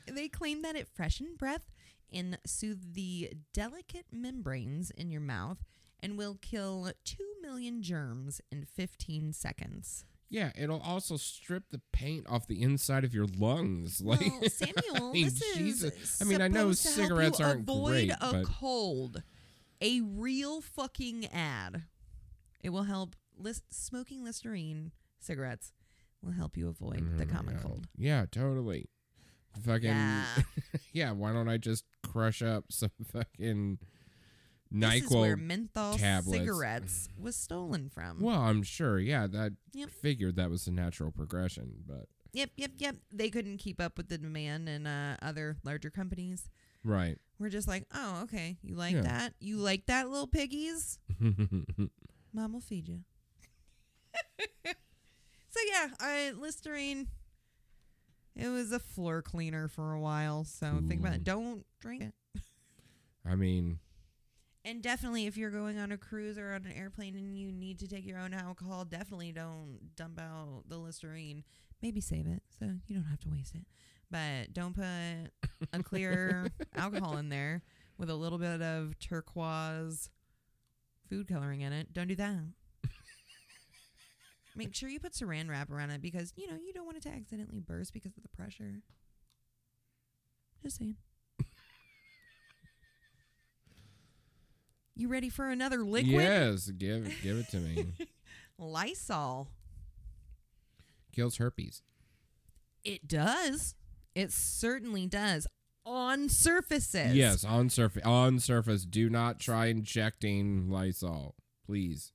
Speaker 2: They claimed that it freshened breath and soothed the delicate membranes in your mouth and will kill 2 million germs in 15 seconds.
Speaker 3: Yeah, it'll also strip the paint off the inside of your lungs. Like
Speaker 2: well, Samuel,
Speaker 3: I mean,
Speaker 2: this
Speaker 3: Jesus.
Speaker 2: is
Speaker 3: I mean, I know
Speaker 2: supposed to help
Speaker 3: cigarettes
Speaker 2: you
Speaker 3: aren't
Speaker 2: avoid
Speaker 3: great,
Speaker 2: a
Speaker 3: but-
Speaker 2: cold. A real fucking ad. It will help lis- smoking Listerine cigarettes will help you avoid the
Speaker 3: Mm,
Speaker 2: common
Speaker 3: yeah.
Speaker 2: cold.
Speaker 3: Yeah, totally. Fucking
Speaker 2: Yeah.
Speaker 3: yeah. Why don't I just crush up some fucking
Speaker 2: This is where
Speaker 3: Nyquil
Speaker 2: menthol
Speaker 3: tablets.
Speaker 2: cigarettes was stolen from.
Speaker 3: Well, I'm sure. Yeah, that
Speaker 2: Yep.
Speaker 3: figured that was the natural progression, but
Speaker 2: Yep, yep, yep. They couldn't keep up with the demand, and uh, other larger companies
Speaker 3: right.
Speaker 2: were just like, "Oh, okay, you like
Speaker 3: Yeah.
Speaker 2: that? You like that, little piggies? Mom will feed you." so yeah, I Listerine. It was a floor cleaner for a while, so think about
Speaker 3: Ooh.
Speaker 2: it. Don't drink it,
Speaker 3: I mean,
Speaker 2: and definitely if you're going on a cruise or on an airplane and you need to take your own alcohol, definitely don't dump out the Listerine. Maybe save it so you don't have to waste it. But don't put a clear alcohol in there with a little bit of turquoise food coloring in it. Don't do that. Make sure you put saran wrap around it because you know you don't want it to accidentally burst because of the pressure. Just saying. You ready for another liquid?
Speaker 3: yes, give give it to me.
Speaker 2: Lysol.
Speaker 3: Kills herpes.
Speaker 2: It does. It certainly does. On surfaces.
Speaker 3: Yes, on surface on surface. Do not try injecting Lysol, please.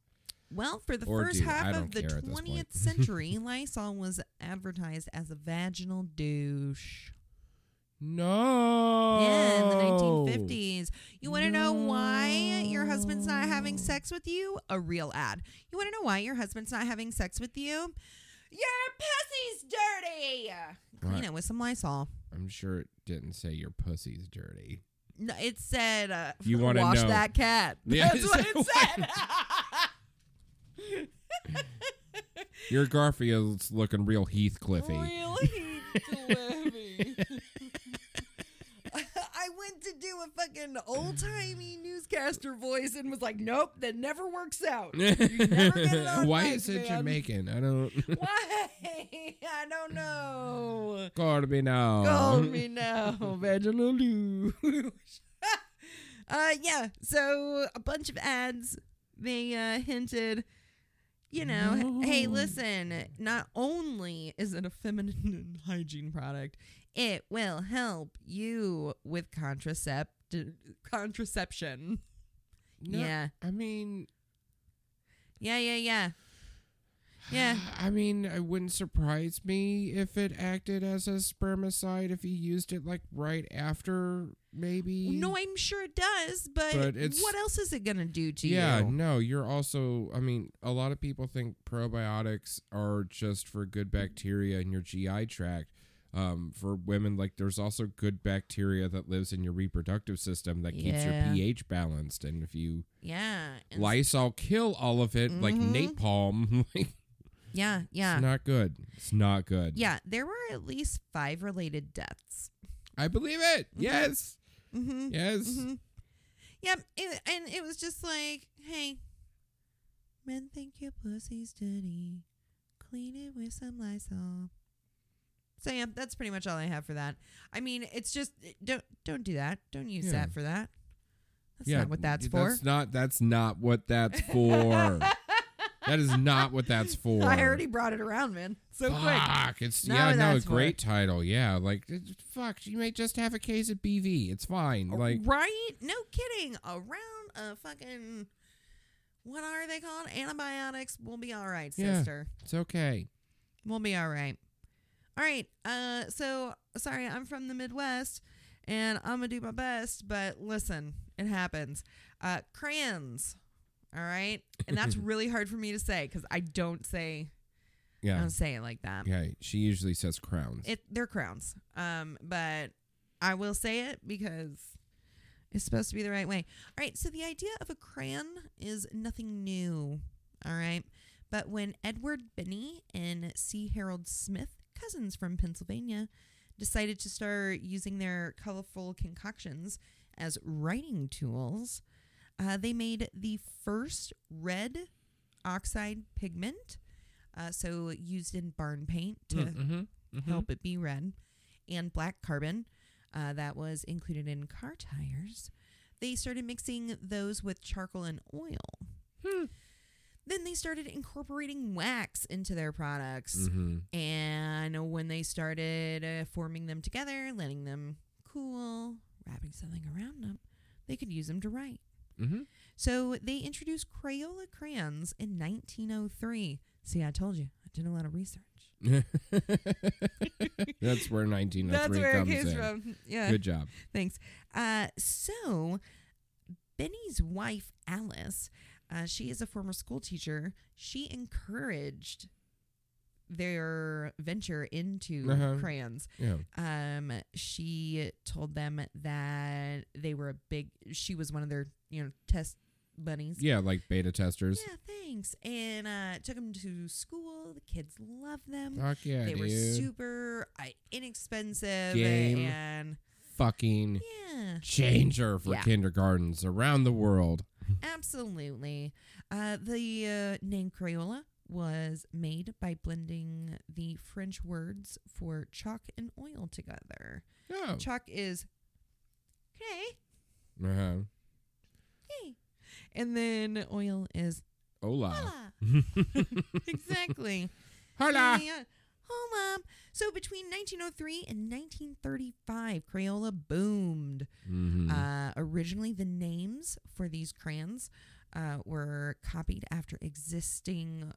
Speaker 2: Well, for the
Speaker 3: Or
Speaker 2: first
Speaker 3: dude, I
Speaker 2: half
Speaker 3: don't
Speaker 2: of the
Speaker 3: care at this point.
Speaker 2: 20th century, Lysol was advertised as a vaginal douche.
Speaker 3: No.
Speaker 2: Yeah, in the
Speaker 3: Oh.
Speaker 2: 1950s. You want to know why your husband's not having
Speaker 3: No.
Speaker 2: sex with you? A real ad. You want to know why your husband's not having sex with you? Your pussy's dirty. Clean
Speaker 3: Right.
Speaker 2: it with some Lysol.
Speaker 3: I'm sure it didn't say your pussy's dirty.
Speaker 2: No, it said, uh,
Speaker 3: You wanna
Speaker 2: wash
Speaker 3: know.
Speaker 2: that cat.
Speaker 3: Yeah,
Speaker 2: That's
Speaker 3: is
Speaker 2: what
Speaker 3: that
Speaker 2: it said.
Speaker 3: Your Garfield's looking real
Speaker 2: Oh,
Speaker 3: Heathcliffy.
Speaker 2: Really Heathcliffy. I went to do a fucking old timey newscaster voice and was like, nope, that never works out. never get it on
Speaker 3: Why
Speaker 2: mic,
Speaker 3: is it
Speaker 2: man.
Speaker 3: Jamaican? I don't.
Speaker 2: Why? I don't know.
Speaker 3: God me now.
Speaker 2: Call me now, Vaginal douche. uh, yeah, so a bunch of ads. They uh, hinted, you know,
Speaker 3: No.
Speaker 2: hey, listen, not only is it a feminine hygiene product, it will help you with contracept- contraception.
Speaker 3: No,
Speaker 2: Yeah.
Speaker 3: I mean,
Speaker 2: Yeah, yeah, yeah. Yeah.
Speaker 3: I mean, it wouldn't surprise me if it acted as a spermicide if you used it like right after, maybe.
Speaker 2: No, I'm sure it does, but,
Speaker 3: But it's-
Speaker 2: what else is it going to do to
Speaker 3: yeah,
Speaker 2: you?
Speaker 3: no, you're also. I mean, a lot of people think probiotics are just for good bacteria in your GI tract. Um, for women, like there's also good bacteria that lives in your reproductive system that keeps
Speaker 2: Yeah.
Speaker 3: your pH balanced, and if you
Speaker 2: Yeah. and-
Speaker 3: Lysol kill all of it like
Speaker 2: Mhm.
Speaker 3: napalm, like
Speaker 2: yeah, yeah.
Speaker 3: it's not good. It's not good.
Speaker 2: Yeah, there were at least five related deaths.
Speaker 3: I believe it.
Speaker 2: Mhm.
Speaker 3: Yes.
Speaker 2: Mm-hmm.
Speaker 3: Yes.
Speaker 2: hmm Yep, it, and it was just like, hey, men think your pussy's dirty. Clean it with some Lysol. So yeah, that's pretty much all I have for that. I mean, it's just eh, don't don't do that. Don't use
Speaker 3: Yeah.
Speaker 2: that for that. That's not what that's,
Speaker 3: That's not. That's not what that's for. that is not what that's for.
Speaker 2: for. I already brought it around, man. So quick.
Speaker 3: Fuck! It's
Speaker 2: Not
Speaker 3: yeah,
Speaker 2: what
Speaker 3: no,
Speaker 2: that's for.
Speaker 3: great title. Yeah, like it- fuck. She may just have a case of BV. It's fine.
Speaker 2: Oh,
Speaker 3: Like
Speaker 2: right? No kidding. Around a fucking what are they called? Antibiotics. We'll be all right,
Speaker 3: Yeah.
Speaker 2: sister.
Speaker 3: it's okay.
Speaker 2: We'll be all right. All right. Uh, so sorry, I'm from the Midwest, and I'm gonna do my best. But listen, it happens. Uh, crayons. All right, and that's really hard for me to say because I don't say I
Speaker 3: Yeah.
Speaker 2: don't say it like that.
Speaker 3: Yeah. She usually says crowns.
Speaker 2: It they're crowns. Um, but I will say it because it's supposed to be the right way. All right, so the idea of a crayon is nothing new. All right. But when Edward Binney and C. Harold Smith, cousins from Pennsylvania, decided to start using their colorful concoctions as writing tools, uh, they made the first red oxide pigment, uh, so used in barn paint to
Speaker 3: mm-hmm,
Speaker 2: help it be red, and black carbon uh, that was included in car tires. They started mixing those with charcoal and oil. Then they started incorporating wax into their products.
Speaker 3: hmm
Speaker 2: And when they started uh, forming them together, letting them cool, wrapping something around them, they could use them to write.
Speaker 3: hmm
Speaker 2: So they introduced Crayola crayons in 1903. See, I told you, I did a lot of research.
Speaker 3: Mm-hmm. That's where 1903 comes in.
Speaker 2: from. Yeah.
Speaker 3: Good job.
Speaker 2: Thanks. Uh, so, Benny's wife, Alice, uh, she is a former school teacher. She encouraged their venture into
Speaker 3: Uh-huh.
Speaker 2: crayons.
Speaker 3: Yeah.
Speaker 2: Um, she told them that they were a big. She was one of their, you know, test bunnies.
Speaker 3: Yeah, like beta testers.
Speaker 2: Yeah, thanks. And uh, took them to school. The kids loved them.
Speaker 3: Fuck Oh, yeah,
Speaker 2: they
Speaker 3: dude.
Speaker 2: were super uh, inexpensive
Speaker 3: Game.
Speaker 2: and
Speaker 3: Fucking
Speaker 2: yeah.
Speaker 3: changer for
Speaker 2: Yeah.
Speaker 3: kindergartens around the world.
Speaker 2: Absolutely. Uh, the uh, name Crayola was made by blending the French words for chalk and oil together.
Speaker 3: Oh.
Speaker 2: Chalk is cray,
Speaker 3: Uh-huh.
Speaker 2: cray, and then oil is
Speaker 3: Hola.
Speaker 2: hola. exactly.
Speaker 3: Hola.
Speaker 2: Yeah. Hola. So between 1903 and 1935, Crayola boomed.
Speaker 3: Mm-hmm.
Speaker 2: Uh, originally, the names for these crayons uh, were copied after existing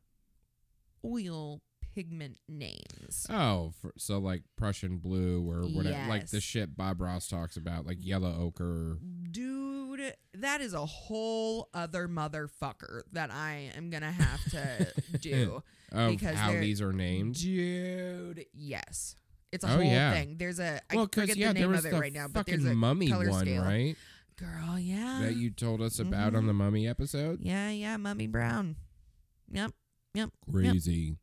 Speaker 2: oil pigment names.
Speaker 3: oh, for, so like Prussian blue or whatever, like the
Speaker 2: Yes.
Speaker 3: shit Bob Ross talks about, like yellow ochre.
Speaker 2: Dude, that is a whole other motherfucker that I am going to have to do.
Speaker 3: Of
Speaker 2: Because
Speaker 3: how
Speaker 2: they're-
Speaker 3: these are named.
Speaker 2: Dude, yes. It's a
Speaker 3: Oh,
Speaker 2: whole
Speaker 3: yeah.
Speaker 2: thing. There's a I
Speaker 3: well, because
Speaker 2: forget
Speaker 3: yeah,
Speaker 2: the
Speaker 3: there
Speaker 2: name
Speaker 3: was
Speaker 2: of it
Speaker 3: the
Speaker 2: right now, but
Speaker 3: fucking
Speaker 2: there's a
Speaker 3: mummy
Speaker 2: color
Speaker 3: one,
Speaker 2: scale. Uh, mm-hmm.
Speaker 3: right?
Speaker 2: Girl, yeah.
Speaker 3: that you told us about on the mummy episode.
Speaker 2: yeah, yeah, Mummy Brown. Yep. Yep.
Speaker 3: Crazy.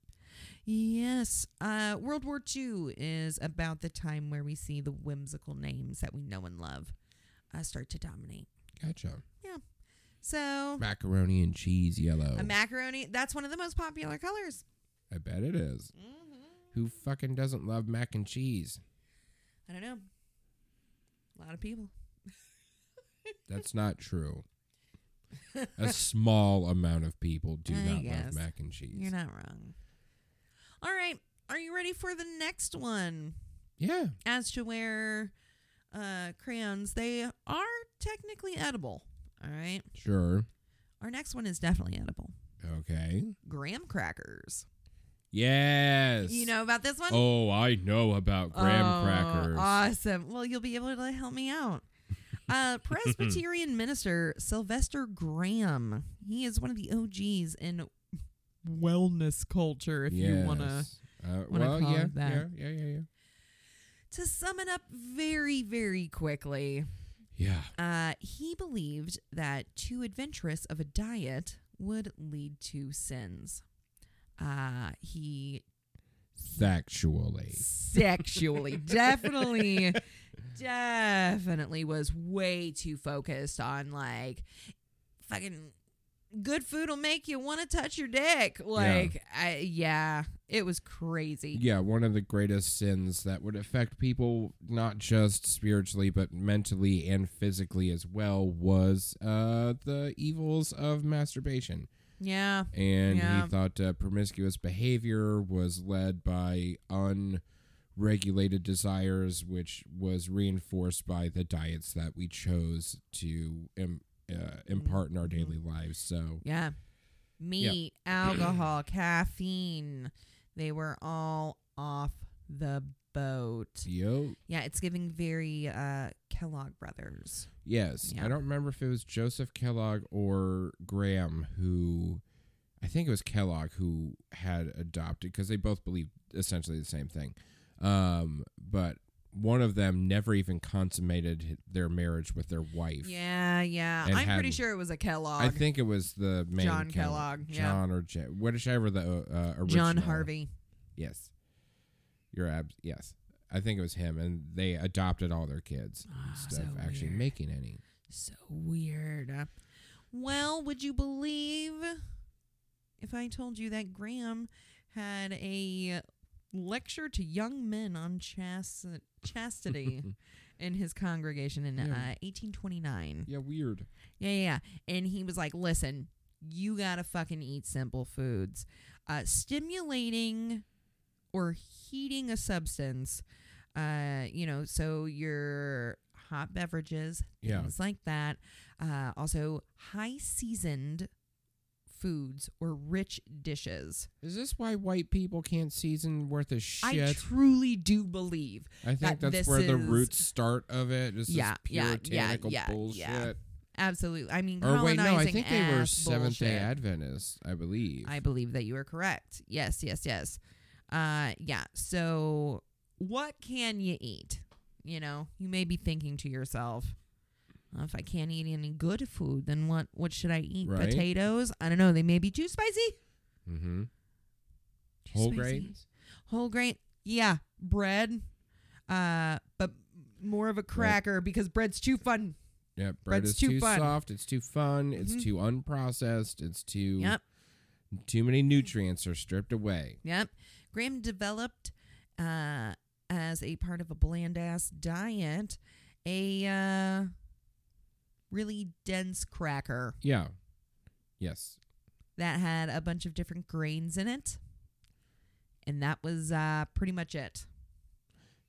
Speaker 2: Yes. Uh, World War II is about the time where we see the whimsical names that we know and love uh, start to dominate.
Speaker 3: Gotcha.
Speaker 2: So,
Speaker 3: Macaroni and cheese yellow.
Speaker 2: a macaroni, that's one of the most popular colors.
Speaker 3: I bet it is.
Speaker 2: Mm-hmm.
Speaker 3: Who fucking doesn't love mac and cheese?
Speaker 2: I don't know. A lot of people.
Speaker 3: That's not true. A small amount of people do
Speaker 2: I
Speaker 3: not love
Speaker 2: guess.
Speaker 3: mac and cheese.
Speaker 2: You're not wrong. All right. Are you ready for the next one?
Speaker 3: yeah.
Speaker 2: As to where uh, crayons, they are technically edible. All right.
Speaker 3: Sure.
Speaker 2: Our next one is definitely edible.
Speaker 3: Okay.
Speaker 2: Graham crackers.
Speaker 3: Yes.
Speaker 2: You know about this one?
Speaker 3: Oh, I know about graham
Speaker 2: Oh,
Speaker 3: crackers.
Speaker 2: Awesome. Well, you'll be able to help me out. Uh, Presbyterian minister Sylvester Graham. He is one of the OGs in wellness culture, if you want to.
Speaker 3: Yes. Uh,
Speaker 2: wanna
Speaker 3: well,
Speaker 2: call
Speaker 3: yeah,
Speaker 2: it that.
Speaker 3: yeah, yeah, yeah,
Speaker 2: To sum it up very, very quickly,
Speaker 3: yeah. Yeah.
Speaker 2: uh, he believed that too adventurous of a diet would lead to sins. Uh, he
Speaker 3: Sexually.
Speaker 2: sexually definitely definitely was way too focused on like fucking good food will make you want to touch your dick. Like, I, yeah, it was crazy.
Speaker 3: Yeah, one of the greatest sins that would affect people not just spiritually but mentally and physically as well was uh, the evils of masturbation.
Speaker 2: Yeah.
Speaker 3: And
Speaker 2: Yeah.
Speaker 3: he thought uh, promiscuous behavior was led by unregulated desires, which was reinforced by the diets that we chose to Im- uh, impart in our daily lives. So,
Speaker 2: Yeah. Meat, alcohol, caffeine. They were all off the boat.
Speaker 3: yo.
Speaker 2: Yeah, it's giving very uh Kellogg brothers.
Speaker 3: Yes.
Speaker 2: Yeah.
Speaker 3: I don't remember if it was Joseph Kellogg or Graham who I think it was Kellogg who had adopted because they both believed essentially the same thing. Um, but one of them never even consummated h- their marriage with their wife.
Speaker 2: Yeah, yeah.
Speaker 3: And
Speaker 2: I'm pretty
Speaker 3: had-
Speaker 2: sure it was a Kellogg.
Speaker 3: I think it was the main
Speaker 2: John
Speaker 3: Kell-
Speaker 2: Kellogg, yeah.
Speaker 3: John or J- whichever the uh, original.
Speaker 2: John Harvey.
Speaker 3: Yes. Your abs. Yes. I think it was him, and they adopted all their kids
Speaker 2: Ah,
Speaker 3: instead of
Speaker 2: so
Speaker 3: actually
Speaker 2: weird.
Speaker 3: making any.
Speaker 2: So weird. Well, would you believe if I told you that Graham had a lecture to young men on chast- chastity in his congregation in
Speaker 3: Yeah.
Speaker 2: uh, 1829?
Speaker 3: Yeah, weird.
Speaker 2: Yeah, yeah. yeah. And he was like, listen, you got to fucking eat simple foods. Uh, stimulating or heating a substance, uh, you know, so your hot beverages,
Speaker 3: Yeah.
Speaker 2: things like that. Uh, also, high seasoned foods or rich dishes.
Speaker 3: Is this why white people can't season worth of shit? I,
Speaker 2: I truly do believe.
Speaker 3: think
Speaker 2: that
Speaker 3: that's
Speaker 2: this
Speaker 3: where the
Speaker 2: is-
Speaker 3: roots start of it. This
Speaker 2: Yeah,
Speaker 3: is
Speaker 2: yeah, yeah,
Speaker 3: puritanical
Speaker 2: yeah, yeah.
Speaker 3: bullshit.
Speaker 2: Absolutely. I mean,
Speaker 3: Or wait,
Speaker 2: colonizing
Speaker 3: no, I think they were
Speaker 2: ass
Speaker 3: Seventh Day
Speaker 2: bullshit.
Speaker 3: Adventists, I believe.
Speaker 2: I believe that you are correct. Yes, yes, yes. Uh, yeah. So, what can you eat? You know, you may be thinking to yourself, "Well, if I can't eat any good food, then what? What should I eat?
Speaker 3: Right.
Speaker 2: Potatoes? I don't know. They may be too spicy.
Speaker 3: mm-hmm.
Speaker 2: Too
Speaker 3: Whole
Speaker 2: spicy.
Speaker 3: grains.
Speaker 2: Whole grain. Yeah, bread. Uh, but more of a cracker because bread's too fun.
Speaker 3: Yeah, bread
Speaker 2: Bread's
Speaker 3: is
Speaker 2: too
Speaker 3: too
Speaker 2: fun.
Speaker 3: soft. It's too fun. It's
Speaker 2: Mhm.
Speaker 3: too unprocessed. It's too
Speaker 2: Yep.
Speaker 3: too many nutrients are stripped away.
Speaker 2: Yep. Graham developed uh, as a part of a bland ass diet a uh, really dense cracker
Speaker 3: Yeah. Yes.
Speaker 2: that had a bunch of different grains in it. And that was uh, pretty much it.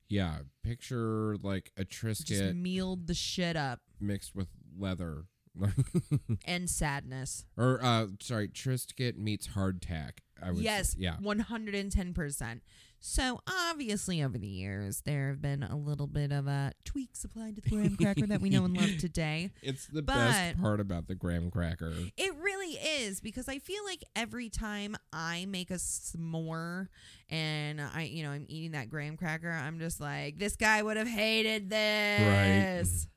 Speaker 3: Yeah. Picture like a
Speaker 2: Just
Speaker 3: Triscuit
Speaker 2: mealed the shit up
Speaker 3: mixed with leather.
Speaker 2: and sadness.
Speaker 3: or uh sorry, Triscuit meets hardtack. I would
Speaker 2: yes,
Speaker 3: say. yeah.
Speaker 2: 110%. So obviously, over the years, there have been a little bit of a tweaks applied to the graham cracker that we know and love today.
Speaker 3: It's the
Speaker 2: But-
Speaker 3: best part about the graham cracker.
Speaker 2: It really is because I feel like every time I make a s'more and I, you know, I'm eating that graham cracker, I'm just like, this guy would have hated this.
Speaker 3: Mm-hmm.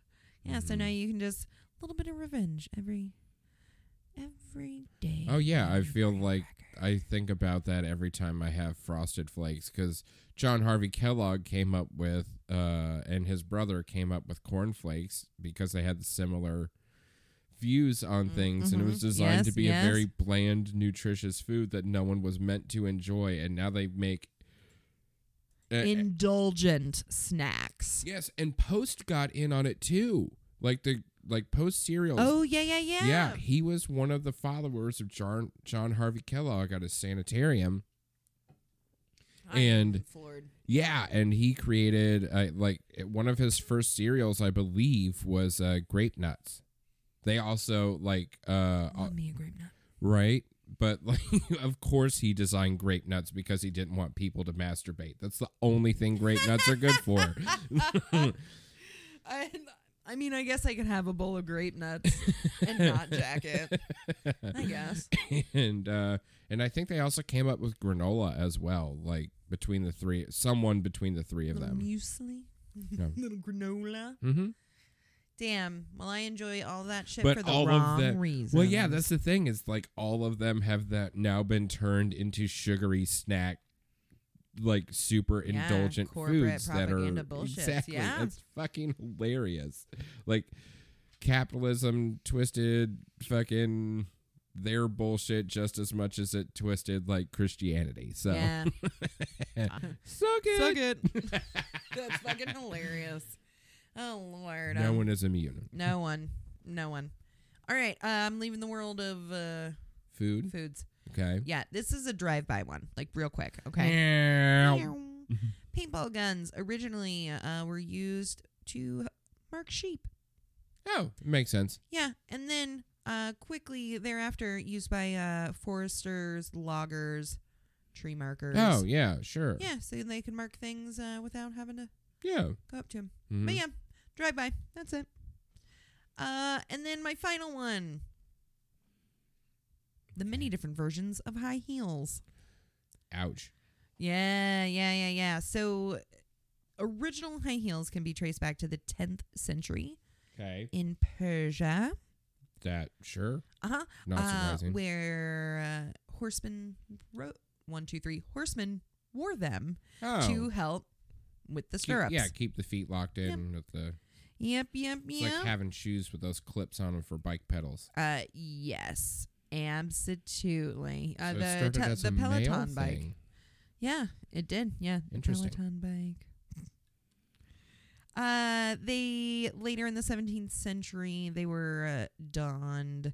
Speaker 2: Yeah. So now you can just a little bit of revenge every every day.
Speaker 3: Oh yeah, I
Speaker 2: Graham
Speaker 3: feel like
Speaker 2: cracker.
Speaker 3: I think about that every time I have frosted flakes cuz John Harvey Kellogg came up with uh and his brother came up with corn flakes because they had similar views on things and it was
Speaker 2: mhm.
Speaker 3: designed to
Speaker 2: Yes,
Speaker 3: be
Speaker 2: yes.
Speaker 3: a very bland nutritious food that no one was meant to enjoy and now they make uh,
Speaker 2: indulgent snacks.
Speaker 3: Yes, and Post got in on it too. Like the like Post cereals.
Speaker 2: Oh yeah, yeah, yeah.
Speaker 3: yeah, he was one of the followers of John John Harvey Kellogg at a sanitarium.
Speaker 2: I'm
Speaker 3: and-
Speaker 2: floored.
Speaker 3: Yeah, and he created uh, like one of his first cereals, I believe, was uh, grape nuts. They also like uh, uh,
Speaker 2: Love me a grape nut.
Speaker 3: right, but like of course he designed grape nuts because he didn't want people to masturbate. That's the only thing grape nuts are good for.
Speaker 2: I, I mean, I guess I could have a bowl of grape nuts and not jack it. I guess.
Speaker 3: and uh and I think they also came up with granola as well, like between the three someone between the three of
Speaker 2: Little
Speaker 3: them.
Speaker 2: muesli,
Speaker 3: Yeah.
Speaker 2: little granola.
Speaker 3: Mm-hmm.
Speaker 2: Damn. Well, I enjoy all that shit
Speaker 3: But
Speaker 2: for the
Speaker 3: all of
Speaker 2: wrong
Speaker 3: that-
Speaker 2: reasons.
Speaker 3: Well, yeah, that's the thing is like all of them have that now been turned into sugary snack like super
Speaker 2: Yeah,
Speaker 3: indulgent
Speaker 2: corporate
Speaker 3: foods that are
Speaker 2: propaganda bullshit,
Speaker 3: exactly
Speaker 2: yeah.
Speaker 3: it's fucking hilarious. Like capitalism twisted fucking their bullshit just as much as it twisted like Christianity. So
Speaker 2: Yeah.
Speaker 3: suck it.
Speaker 2: Suck it. That's fucking hilarious. Oh Lord.
Speaker 3: No
Speaker 2: um,
Speaker 3: one is immune.
Speaker 2: No one. No one. All right. Uh, I'm leaving the world of uh,
Speaker 3: Food.
Speaker 2: foods.
Speaker 3: Okay.
Speaker 2: Yeah, this is a drive-by one, like real quick. Okay.
Speaker 3: Meow. Mm-hmm.
Speaker 2: Meow. Paintball guns originally uh, were used to mark sheep.
Speaker 3: Oh, makes sense.
Speaker 2: Yeah, and then uh, quickly thereafter used by uh, foresters, loggers, tree markers.
Speaker 3: Oh yeah, sure. Yeah.
Speaker 2: Yeah, so they could mark things uh, without having to go up to them.
Speaker 3: Mhm.
Speaker 2: But yeah, drive by. That's it. Uh, and then my final one. The many different versions of high heels.
Speaker 3: Ouch.
Speaker 2: Yeah, yeah, yeah, yeah. So original high heels can be traced back to the 10th century
Speaker 3: Okay.
Speaker 2: in Persia.
Speaker 3: That sure.
Speaker 2: Uh-huh.
Speaker 3: Not
Speaker 2: uh,
Speaker 3: surprising.
Speaker 2: where uh, horsemen wrote one, two, three. Horsemen wore them
Speaker 3: oh.
Speaker 2: to help with the
Speaker 3: Keep-
Speaker 2: stirrups.
Speaker 3: yeah, keep the feet locked in with the.
Speaker 2: Yep, yep,
Speaker 3: It's
Speaker 2: yep.
Speaker 3: like having shoes with those clips on them for bike pedals.
Speaker 2: Uh, yes, absolutely. Uh,
Speaker 3: So it
Speaker 2: the
Speaker 3: started
Speaker 2: te-
Speaker 3: as a
Speaker 2: the
Speaker 3: male
Speaker 2: Peloton bike.
Speaker 3: thing.
Speaker 2: Yeah, it did. Yeah, the
Speaker 3: Interesting.
Speaker 2: Peloton bike. Uh, they later in the 17th century they were uh, donned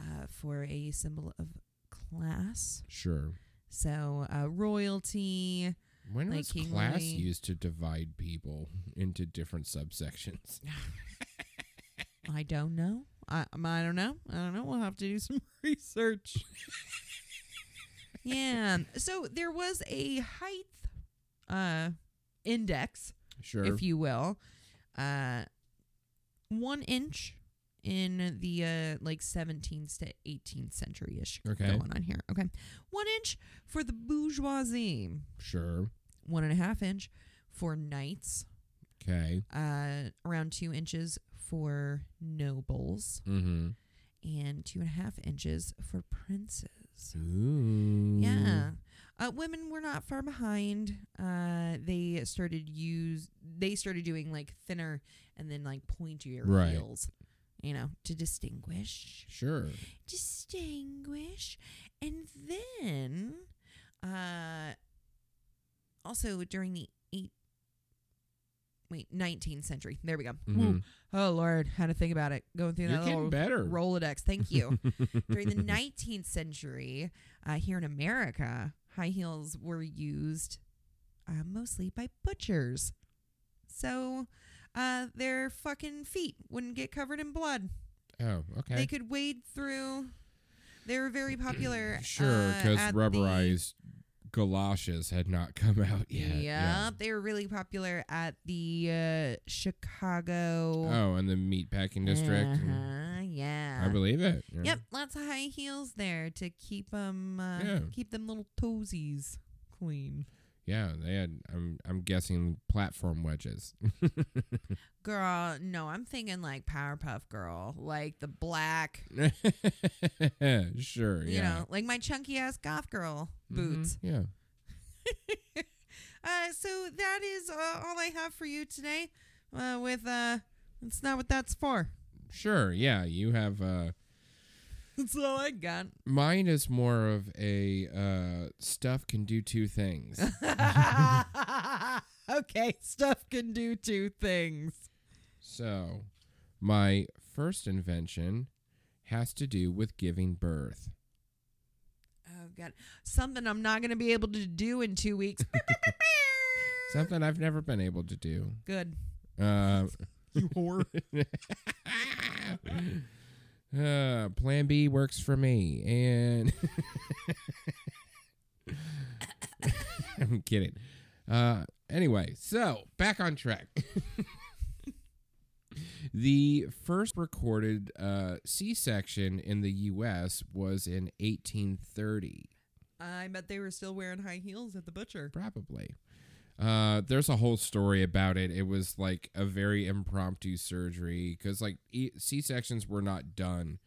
Speaker 2: uh, for a symbol of class.
Speaker 3: Sure.
Speaker 2: So uh, royalty.
Speaker 3: When
Speaker 2: Like
Speaker 3: was
Speaker 2: King
Speaker 3: class
Speaker 2: Louis.
Speaker 3: used to divide people into different subsections?
Speaker 2: I don't know. I um, I don't know. I don't know. We'll have to do some research. yeah. So there was a height uh index,
Speaker 3: Sure.
Speaker 2: if you will. Uh one inch in the uh like seventeenth to eighteenth century ish
Speaker 3: Okay.
Speaker 2: going on here. Okay. One inch for the bourgeoisie.
Speaker 3: sure.
Speaker 2: One and a half inch for knights.
Speaker 3: Okay.
Speaker 2: Uh around two inches for nobles
Speaker 3: Mm-hmm.
Speaker 2: and two and a half inches for princes.
Speaker 3: Ooh.
Speaker 2: Yeah. Uh, women were not far behind. Uh, they started use they started doing like thinner and then like pointier
Speaker 3: Right.
Speaker 2: heels, you know, to distinguish,
Speaker 3: Sure.
Speaker 2: distinguish, and then uh, also during the eight wait nineteenth century. There we go.
Speaker 3: hmm
Speaker 2: Woo. Oh Lord, had to think about it going through
Speaker 3: You're
Speaker 2: that
Speaker 3: getting
Speaker 2: little
Speaker 3: better.
Speaker 2: Rolodex. Thank you. During the 19th century, uh, here in America, high heels were used uh, mostly by butchers. So uh, their fucking feet wouldn't get covered in blood.
Speaker 3: oh, okay.
Speaker 2: They could wade through. They were very popular.
Speaker 3: Sure,
Speaker 2: uh,
Speaker 3: because
Speaker 2: at the-
Speaker 3: rubberized galoshes had not come out yet.
Speaker 2: Yep,
Speaker 3: yeah.
Speaker 2: they were really popular at the uh, Chicago
Speaker 3: Oh, and the meatpacking district. and-
Speaker 2: Uh-huh, yeah.
Speaker 3: I believe it. yeah.
Speaker 2: Yep, lots of high heels there to keep 'em uh,
Speaker 3: Mm-hmm. Yeah.
Speaker 2: keep them little toesies clean.
Speaker 3: Yeah, they had. I'm. I'm guessing platform wedges.
Speaker 2: Girl, no, I'm thinking like Powerpuff Girl, like the black,
Speaker 3: sure.
Speaker 2: you
Speaker 3: yeah.
Speaker 2: know, like my chunky ass goth girl
Speaker 3: Mhm,
Speaker 2: boots.
Speaker 3: Yeah.
Speaker 2: Uh, so that is uh, all I have for you today. Uh, with uh, it's not what that's for.
Speaker 3: Sure. Yeah. You have. Uh,
Speaker 2: That's all I got.
Speaker 3: mine is more of a uh, stuff can do two things.
Speaker 2: okay, stuff can do two things.
Speaker 3: so, my first invention has to do with giving birth.
Speaker 2: Oh god, something I'm not gonna be able to do in two weeks.
Speaker 3: Something I've never been able to do.
Speaker 2: Good.
Speaker 3: Uh,
Speaker 2: You whore.
Speaker 3: uh, plan B works for me, and I'm kidding. Uh, anyway, so back on track. the first recorded uh, C-section in the U.S. was in 1830.
Speaker 2: I bet they were still wearing high heels at the butcher.
Speaker 3: Probably. Uh, there's a whole story about it. It was like a very impromptu surgery because like e- C sections were not done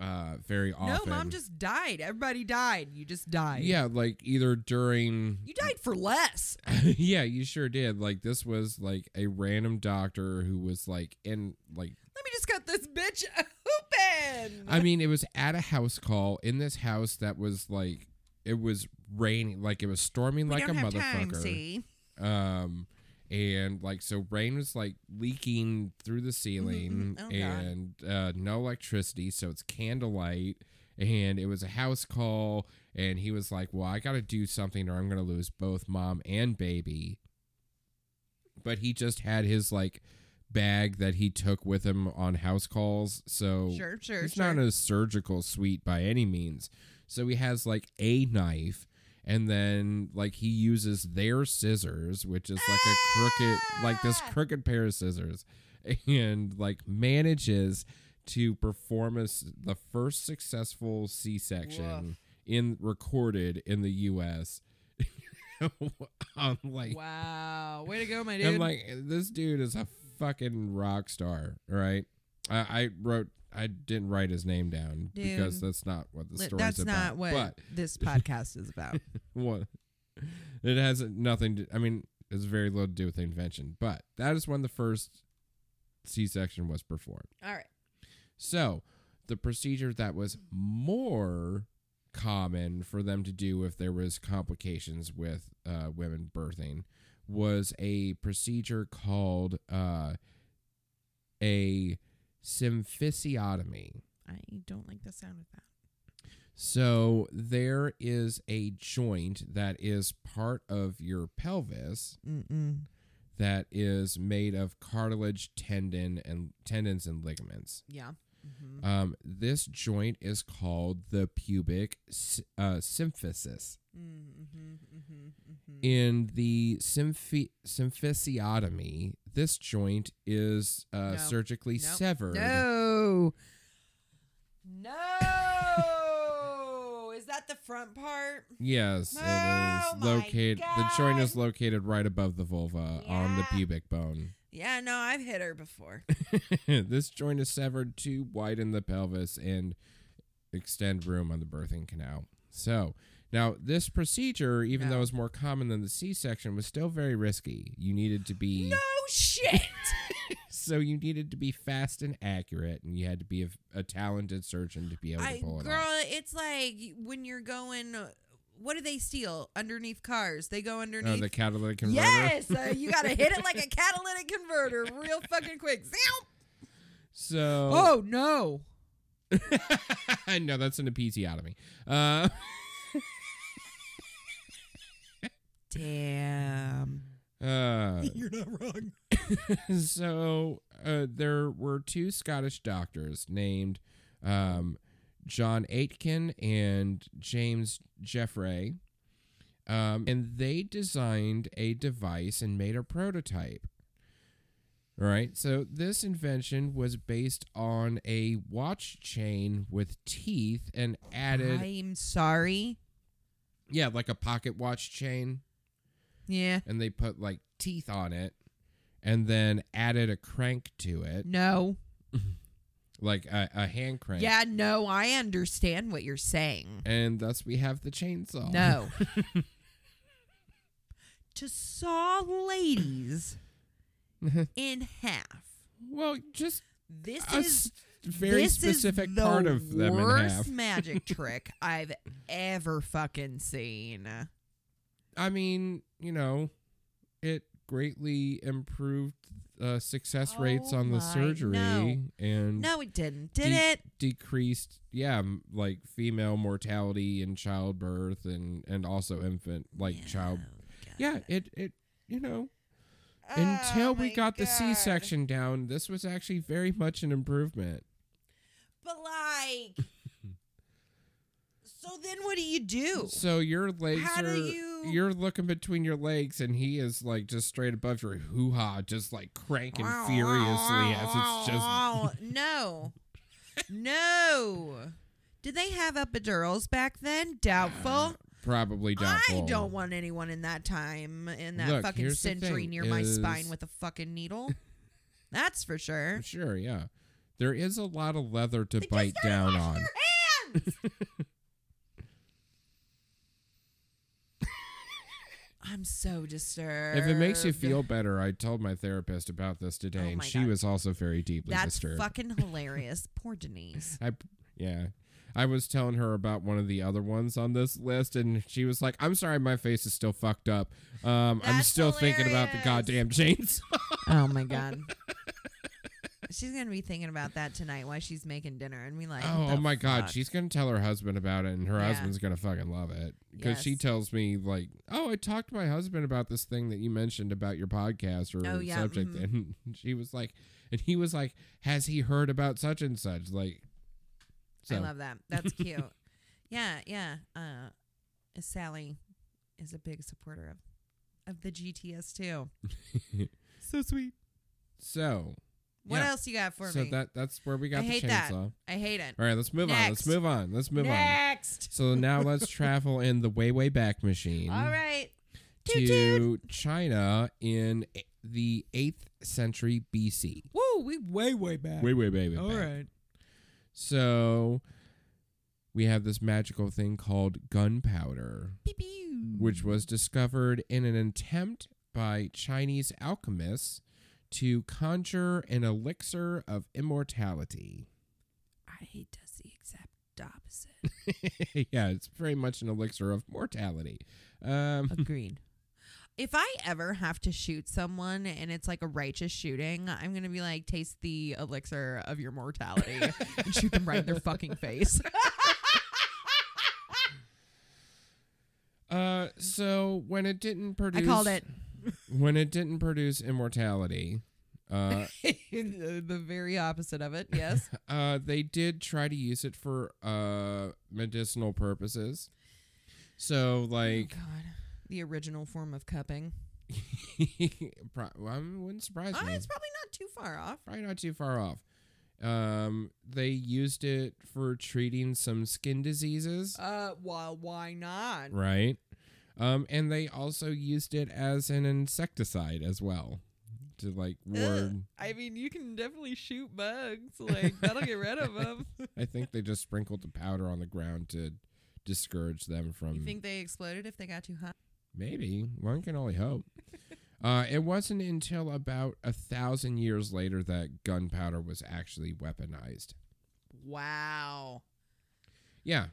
Speaker 3: uh, very often.
Speaker 2: No, mom just died. Everybody died. You just died.
Speaker 3: yeah, like either during
Speaker 2: You died for less.
Speaker 3: yeah, you sure did. Like this was like a random doctor who was like in like
Speaker 2: Let me just cut this bitch open. happened?
Speaker 3: I mean, it was at a house call in this house that was like it was raining, like it was storming
Speaker 2: we
Speaker 3: like
Speaker 2: don't
Speaker 3: a
Speaker 2: have
Speaker 3: motherfucker.
Speaker 2: time, see?
Speaker 3: Um, and like so, rain was like leaking through the ceiling,
Speaker 2: mhm. Oh, God.
Speaker 3: and uh, no electricity, so it's candlelight. And it was a house call, and he was like, "Well, I got to do something, or I'm gonna lose both mom and baby." But he just had his like bag that he took with him on house calls, so
Speaker 2: Sure, sure,
Speaker 3: Oh, it's
Speaker 2: sure.
Speaker 3: not a surgical suite by any means. So he has like a knife, and then like he uses their scissors, which is like a crooked, like this
Speaker 2: Ah!
Speaker 3: crooked pair of scissors, and like manages to perform as the first successful C-section in recorded in the U.S. I'm like,
Speaker 2: wow. Way to go, my dude.
Speaker 3: I'm like, this dude is a fucking rock star, all right? I, I wrote, I didn't write his name down because
Speaker 2: Dude.
Speaker 3: that's not what the
Speaker 2: Li-
Speaker 3: story's
Speaker 2: That's
Speaker 3: about.
Speaker 2: not what
Speaker 3: But
Speaker 2: this podcast is about.
Speaker 3: what? It has nothing to. I mean, it's very little to do with the invention, but that is when the first C-section was performed.
Speaker 2: All right.
Speaker 3: So, the procedure that was more common for them to do if there was complications with uh, women birthing was a procedure called uh, a symphysiotomy.
Speaker 2: I don't like the sound of that.
Speaker 3: So there is a joint that is part of your pelvis
Speaker 2: Mm-mm.
Speaker 3: that is made of cartilage, tendon, and tendons and ligaments.
Speaker 2: Yeah. Mm-hmm.
Speaker 3: Um, this joint is called the pubic s- uh,
Speaker 2: Mm.
Speaker 3: symphysis.
Speaker 2: Mm-hmm. Mm-hmm.
Speaker 3: In the symphy- symphysiotomy, this joint is uh,
Speaker 2: No.
Speaker 3: surgically
Speaker 2: Nope.
Speaker 3: severed.
Speaker 2: No. No. is that the front part?
Speaker 3: Yes,
Speaker 2: Oh
Speaker 3: it is
Speaker 2: my
Speaker 3: located. The joint is
Speaker 2: God.
Speaker 3: located right above the vulva on the
Speaker 2: Yeah.
Speaker 3: pubic bone.
Speaker 2: Yeah, no, I've hit her before.
Speaker 3: this joint is severed to widen the pelvis and extend room on the birthing canal. So now this procedure, even
Speaker 2: No.
Speaker 3: though it's more common than the C-section, was still very risky. You needed to be
Speaker 2: no shit.
Speaker 3: so you needed to be fast and accurate, and you had to be a, a talented surgeon to be able to
Speaker 2: I,
Speaker 3: pull it
Speaker 2: girl,
Speaker 3: off.
Speaker 2: it's like when you're going. What do they steal underneath cars? They go
Speaker 3: Oh,
Speaker 2: underneath.
Speaker 3: the catalytic converter.
Speaker 2: Yes, uh, you gotta hit it like a catalytic converter, real fucking quick. Zoom.
Speaker 3: So
Speaker 2: Oh no!
Speaker 3: no, that's an episiotomy. Uh,
Speaker 2: Damn.
Speaker 3: uh,
Speaker 2: You're not wrong.
Speaker 3: so uh, there were two Scottish doctors named um, John Aitken and James Jeffrey, um, and they designed a device and made a prototype. All right, so this invention was based on a watch chain with teeth and added,
Speaker 2: I'm sorry.
Speaker 3: yeah, like a pocket watch chain
Speaker 2: Yeah.
Speaker 3: and they put like teeth on it and then added a crank to it
Speaker 2: No.
Speaker 3: like a, a hand crank
Speaker 2: Yeah. No. I understand what you're saying.
Speaker 3: and thus we have the chainsaw
Speaker 2: No. to saw ladies in half.
Speaker 3: well just
Speaker 2: This
Speaker 3: a
Speaker 2: is
Speaker 3: s- very
Speaker 2: this
Speaker 3: specific
Speaker 2: is the
Speaker 3: part of them in
Speaker 2: worst
Speaker 3: half
Speaker 2: magic trick I've ever fucking seen.
Speaker 3: Mm. i mean you know it greatly improved uh, success rates
Speaker 2: Oh
Speaker 3: on the
Speaker 2: my-
Speaker 3: surgery
Speaker 2: no.
Speaker 3: and
Speaker 2: No, it didn't. Did
Speaker 3: de-
Speaker 2: it?
Speaker 3: decreased yeah m- like female mortality and childbirth and and also infant like child yeah it it you know
Speaker 2: Oh
Speaker 3: Until we got the C section down, this was actually very much an improvement.
Speaker 2: But like, so then what do you do?
Speaker 3: So your legs
Speaker 2: Oh. How do
Speaker 3: are
Speaker 2: you-
Speaker 3: are looking between your legs and he is like just straight above your hoo ha, just like cranking furiously as it's just
Speaker 2: no, no. Did they have epidurals back then? Doubtful.
Speaker 3: Uh, probably doubtful.
Speaker 2: I don't want anyone in that time in that
Speaker 3: Look,
Speaker 2: fucking
Speaker 3: here's the
Speaker 2: century
Speaker 3: thing
Speaker 2: near my
Speaker 3: is-
Speaker 2: spine with a fucking needle. That's for sure.
Speaker 3: Sure, yeah. There is a lot of leather to
Speaker 2: They just
Speaker 3: bite
Speaker 2: gotta
Speaker 3: down
Speaker 2: wash
Speaker 3: on.
Speaker 2: their hands. I'm so disturbed.
Speaker 3: If it makes you feel better, I told my therapist about this today,
Speaker 2: Oh
Speaker 3: and
Speaker 2: my
Speaker 3: she
Speaker 2: God.
Speaker 3: was also very deeply
Speaker 2: that's
Speaker 3: disturbed.
Speaker 2: fucking hilarious. Poor Denise.
Speaker 3: I yeah. I was telling her about one of the other ones on this list, and she was like, "I'm sorry, my face is still fucked up. Um, I'm
Speaker 2: That's
Speaker 3: still thinking about the goddamn
Speaker 2: hilarious.
Speaker 3: chainsaw."
Speaker 2: Oh my god. she's gonna be thinking about that tonight while she's making dinner, and we like.
Speaker 3: oh,
Speaker 2: "What
Speaker 3: oh
Speaker 2: the
Speaker 3: my god,
Speaker 2: fuck?"
Speaker 3: she's gonna tell her husband about it, and her
Speaker 2: Yeah.
Speaker 3: husband's gonna fucking love it because she
Speaker 2: Yes.
Speaker 3: tells me like, "Oh, I talked to my husband about this thing that you mentioned about your podcast or
Speaker 2: Oh, yeah,
Speaker 3: subject," and she was like, and he was like, "Has he heard about such and such?" Like, so
Speaker 2: I love that. That's cute. yeah, yeah. Uh, Sally is a big supporter of of the GTS too.
Speaker 3: so sweet. So
Speaker 2: What
Speaker 3: Yeah.
Speaker 2: else you got for
Speaker 3: so
Speaker 2: me?
Speaker 3: that that's where we got
Speaker 2: I
Speaker 3: the
Speaker 2: hate
Speaker 3: chainsaw.
Speaker 2: that. I hate it.
Speaker 3: All right, let's move on. Let's
Speaker 2: Next.
Speaker 3: move on. Let's move on.
Speaker 2: Next.
Speaker 3: So now let's travel in the way way back machine
Speaker 2: All right. Toot toot.
Speaker 3: to China in a- the 8th century BC.
Speaker 2: Woo, we way way back.
Speaker 3: Way way baby.
Speaker 2: All right.
Speaker 3: So we have this magical thing called gunpowder,
Speaker 2: Pew, pew.
Speaker 3: which was discovered in an attempt by Chinese alchemists to conjure an elixir of immortality.
Speaker 2: I does the exact opposite.
Speaker 3: yeah, it's very much an elixir of mortality. Um,
Speaker 2: Agreed. If I ever have to shoot someone and it's like a righteous shooting, I'm gonna be like, taste the elixir of your mortality and shoot them right in their fucking face.
Speaker 3: Uh, so when it didn't
Speaker 2: I
Speaker 3: produce,
Speaker 2: called it
Speaker 3: When it didn't produce immortality, uh,
Speaker 2: the the very opposite of it. Yes.
Speaker 3: uh, they did try to use it for uh medicinal purposes. So like,
Speaker 2: God, the original form of cupping.
Speaker 3: pro- well, I wouldn't surprise
Speaker 2: Oh,
Speaker 3: me.
Speaker 2: it's probably not too far off.
Speaker 3: Probably not too far off. Um, they used it for treating some skin diseases,
Speaker 2: Uh, well, why not?
Speaker 3: right? Um, and they also used it as an insecticide as well, to like
Speaker 2: Ugh.
Speaker 3: ward.
Speaker 2: I mean, you can definitely shoot bugs. Like that'll get rid of them.
Speaker 3: I think they just sprinkled the powder on the ground to discourage them from.
Speaker 2: You think they exploded if they got too hot?
Speaker 3: maybe one can only hope. uh, it wasn't until about a thousand years later that gunpowder was actually weaponized.
Speaker 2: Wow.
Speaker 3: Yeah,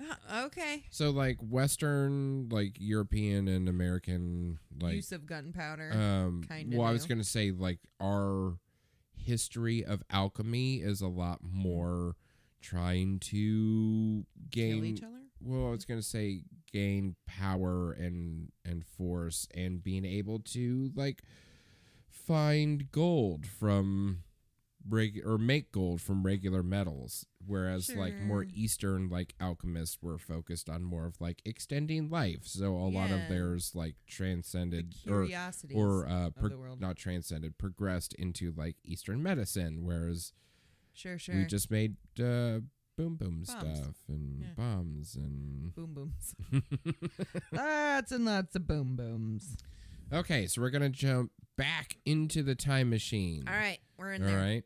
Speaker 2: Uh, okay.
Speaker 3: so like Western, like European and American, like
Speaker 2: Use of gunpowder.
Speaker 3: um.
Speaker 2: kinda
Speaker 3: well, I was
Speaker 2: new.
Speaker 3: gonna say like our history of alchemy is a lot more trying to
Speaker 2: Kill
Speaker 3: gain
Speaker 2: each other.
Speaker 3: well i was going to say gain power and and force and being able to like find gold from reg or make gold from regular metals whereas like more
Speaker 2: Sure.
Speaker 3: eastern like alchemists were focused on more of like extending life so a lot of
Speaker 2: Yeah.
Speaker 3: theirs like transcended or
Speaker 2: Curiosities.
Speaker 3: or uh
Speaker 2: the
Speaker 3: pro-
Speaker 2: world.
Speaker 3: not transcended progressed into like eastern medicine whereas
Speaker 2: sure, sure.
Speaker 3: we just made uh, boom boom
Speaker 2: Bombs.
Speaker 3: stuff and
Speaker 2: Yeah.
Speaker 3: bombs and.
Speaker 2: boom booms. lots and lots of boom booms.
Speaker 3: okay, so we're gonna jump back into the time machine.
Speaker 2: All right, we're in
Speaker 3: All
Speaker 2: there.
Speaker 3: right.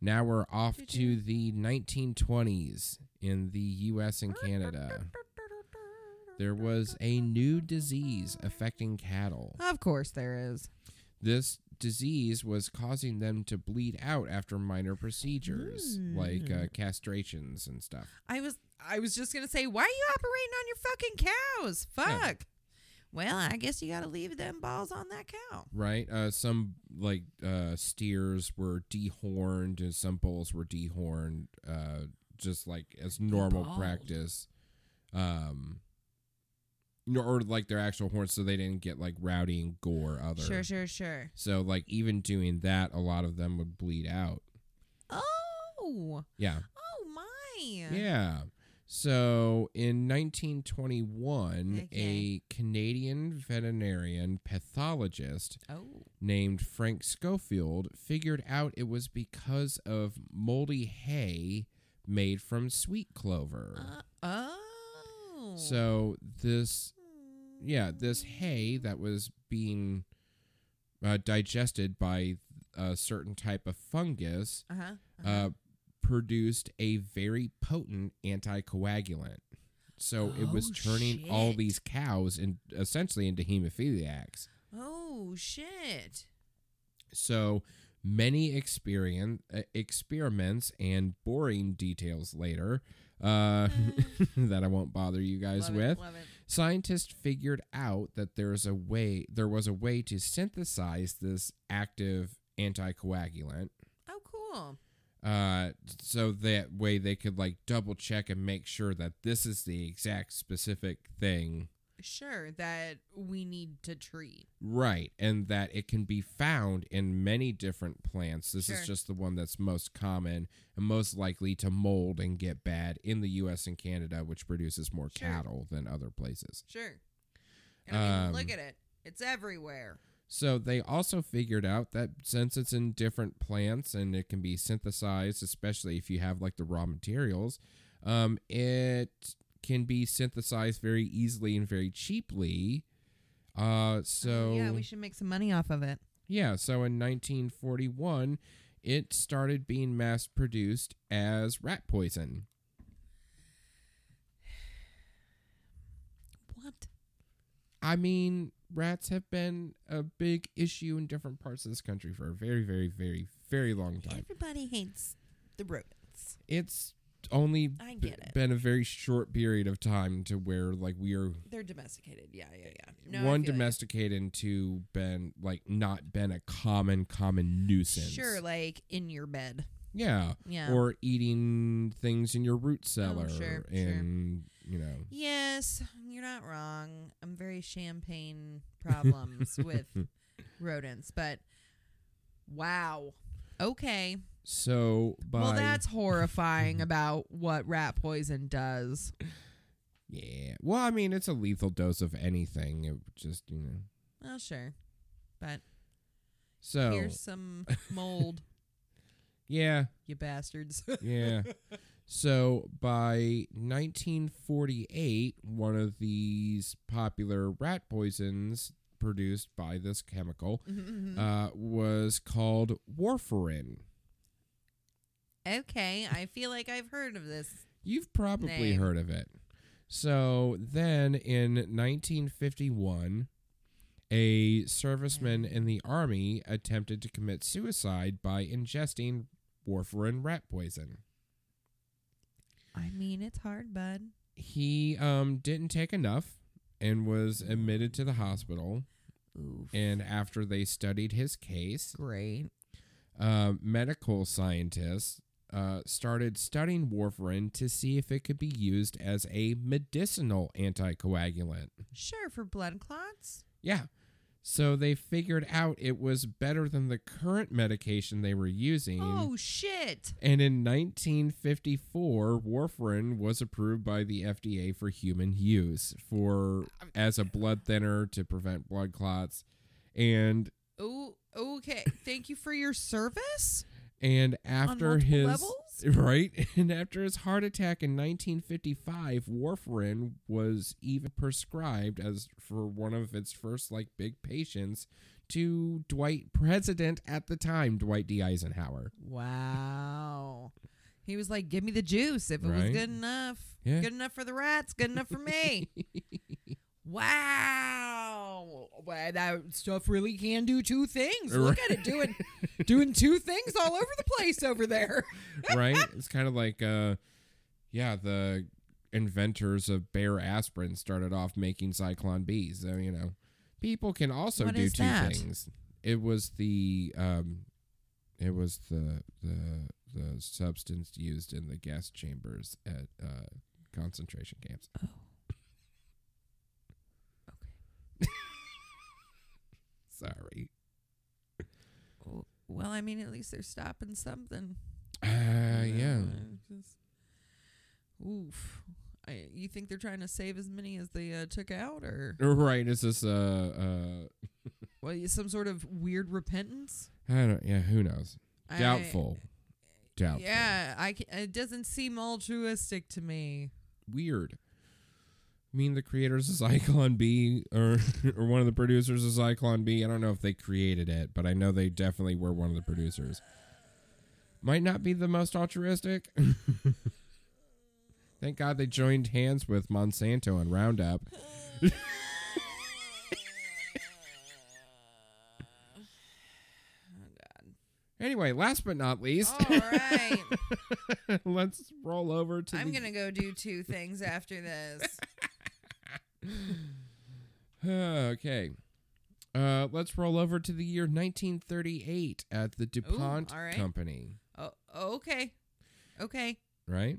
Speaker 3: Now we're off
Speaker 2: Did
Speaker 3: to the 1920s in the U.S. and Canada. There was a new disease affecting cattle.
Speaker 2: Of course there is.
Speaker 3: This disease was causing them to bleed out after minor procedures like
Speaker 2: Hmm.
Speaker 3: uh, castrations and stuff.
Speaker 2: I was I was just gonna say, why are you operating on your fucking cows?
Speaker 3: Yeah.
Speaker 2: Fuck. Well, I guess you gotta leave them balls on that cow.
Speaker 3: right? Uh, some like uh, steers were dehorned, and some bulls were dehorned, uh, just like as normal
Speaker 2: Deballed.
Speaker 3: practice. Um, no- or like their actual horns, so they didn't get like rowdy and gore. Other
Speaker 2: Sure, sure, sure.
Speaker 3: so like even doing that, a lot of them would bleed out.
Speaker 2: Oh,
Speaker 3: Yeah,
Speaker 2: oh my.
Speaker 3: yeah. So in 1921,
Speaker 2: Okay.
Speaker 3: a Canadian veterinarian pathologist
Speaker 2: Oh,
Speaker 3: named Frank Schofield figured out it was because of moldy hay made from sweet clover.
Speaker 2: uh, oh.
Speaker 3: So this yeah, this hay that was being uh, digested by a certain type of fungus
Speaker 2: Uh huh.
Speaker 3: uh, produced a very potent anticoagulant. So it was
Speaker 2: Oh,
Speaker 3: turning all
Speaker 2: shit.
Speaker 3: these cows and essentially into hemophiliacs.
Speaker 2: Oh shit.
Speaker 3: So many experience, uh, experiments and boring details later uh, that I won't bother you guys
Speaker 2: Love it,
Speaker 3: with.
Speaker 2: love it.
Speaker 3: Scientists figured out that there's a way there was a way to synthesize this active anticoagulant.
Speaker 2: Oh cool.
Speaker 3: Uh, so that way they could like double check and make sure that this is the exact specific thing,
Speaker 2: Sure that we need to treat.
Speaker 3: right? And that it can be found in many different plants. This
Speaker 2: Sure.
Speaker 3: is just the one that's most common and most likely to mold and get bad in the U.S. and Canada, which produces more
Speaker 2: Sure.
Speaker 3: cattle than other places.
Speaker 2: Sure. And I mean,
Speaker 3: Um,
Speaker 2: look at it. It's everywhere.
Speaker 3: So they also figured out that since it's in different plants and it can be synthesized, especially if you have like the raw materials, um, it can be synthesized very easily and very cheaply. Uh, so
Speaker 2: Oh, yeah, we should make some money off of it.
Speaker 3: yeah, so in 1941, it started being mass produced as rat poison.
Speaker 2: What?
Speaker 3: I mean, rats have been a big issue in different parts of this country for a very, very, very, very long time.
Speaker 2: Everybody hates the rodents.
Speaker 3: it's only
Speaker 2: I
Speaker 3: b-
Speaker 2: get it.
Speaker 3: been a very short period of time to where like we are
Speaker 2: They're domesticated. Yeah, yeah, yeah. No, I
Speaker 3: one
Speaker 2: feel you.
Speaker 3: domesticated and two been like not been a common common nuisance.
Speaker 2: Sure, like in your bed.
Speaker 3: yeah.
Speaker 2: Yeah. Oh,
Speaker 3: Or eating things in your root cellar
Speaker 2: sure, sure.
Speaker 3: and you know
Speaker 2: yes, you're not wrong. I'm very champagne problems with rodents, but wow. Okay.
Speaker 3: so by
Speaker 2: Well, that's horrifying about what rat poison does.
Speaker 3: yeah. Well, I mean it's a lethal dose of anything. It just you know
Speaker 2: Well, sure. But
Speaker 3: so
Speaker 2: here's some mold,
Speaker 3: yeah,
Speaker 2: you bastards.
Speaker 3: yeah. So by 1948, one of these popular rat poisons produced by this chemical
Speaker 2: Mm-hmm.
Speaker 3: uh, was called warfarin.
Speaker 2: okay, I feel like I've heard of this.
Speaker 3: You've probably
Speaker 2: Name.
Speaker 3: heard of it. So then in 1951, a serviceman in the army attempted to commit suicide by ingesting warfarin rat poison.
Speaker 2: I mean, it's hard, bud.
Speaker 3: he um didn't take enough and was admitted to the hospital
Speaker 2: Oof.
Speaker 3: and after they studied his case
Speaker 2: Great.
Speaker 3: uh, medical scientists uh, started studying warfarin to see if it could be used as a medicinal anticoagulant
Speaker 2: Sure, for blood clots.
Speaker 3: yeah so they figured out it was better than the current medication they were using
Speaker 2: Oh, shit.
Speaker 3: and in 1954, warfarin was approved by the FDA for human use for as a blood thinner to prevent blood clots. And
Speaker 2: Oh, okay. Thank you for your service.
Speaker 3: and after
Speaker 2: multiple
Speaker 3: his
Speaker 2: levels?
Speaker 3: right, and after his heart attack in 1955, warfarin was even prescribed as for one of its first like big patients to Dwight president at the time, Dwight D Eisenhower.
Speaker 2: Wow. He was like, give me the juice if it was
Speaker 3: Right.
Speaker 2: good enough.
Speaker 3: Yeah.
Speaker 2: Good enough for the rats, good enough for me. wow. Well, that stuff really can do two things. Look at it doing doing two things all over the place over there.
Speaker 3: right? It's kind of like, uh, yeah, the inventors of Bayer aspirin started off making Cyclone B. So you know, people can also
Speaker 2: What
Speaker 3: do
Speaker 2: is
Speaker 3: two
Speaker 2: that?
Speaker 3: things. It was the um, it was the the the substance used in the gas chambers at uh, concentration camps.
Speaker 2: Oh.
Speaker 3: Sorry.
Speaker 2: W- Well, I mean, at least they're stopping something.
Speaker 3: Uh,
Speaker 2: You know,
Speaker 3: yeah.
Speaker 2: I just- Oof. I, you think they're trying to save as many as they uh, took out, or
Speaker 3: Right. Is this uh
Speaker 2: well, some sort of weird repentance?
Speaker 3: uh? I don't. Yeah. Who knows?
Speaker 2: I-
Speaker 3: Doubtful. Doubtful.
Speaker 2: Yeah, I ca it doesn't seem altruistic to me.
Speaker 3: weird. I mean, the creators of Zyklon B, or or one of the producers of Zyklon B. I don't know if they created it, but I know they definitely were one of the producers. Might not be the most altruistic. Thank God they joined hands with Monsanto and Roundup. Anyway, last but not least,
Speaker 2: All right.
Speaker 3: let's roll over to
Speaker 2: I'm
Speaker 3: the
Speaker 2: going to go do two things after this.
Speaker 3: okay. Uh, let's roll over to the year 1938 at the DuPont
Speaker 2: all right.
Speaker 3: Company,
Speaker 2: Oh, okay. Okay.
Speaker 3: right?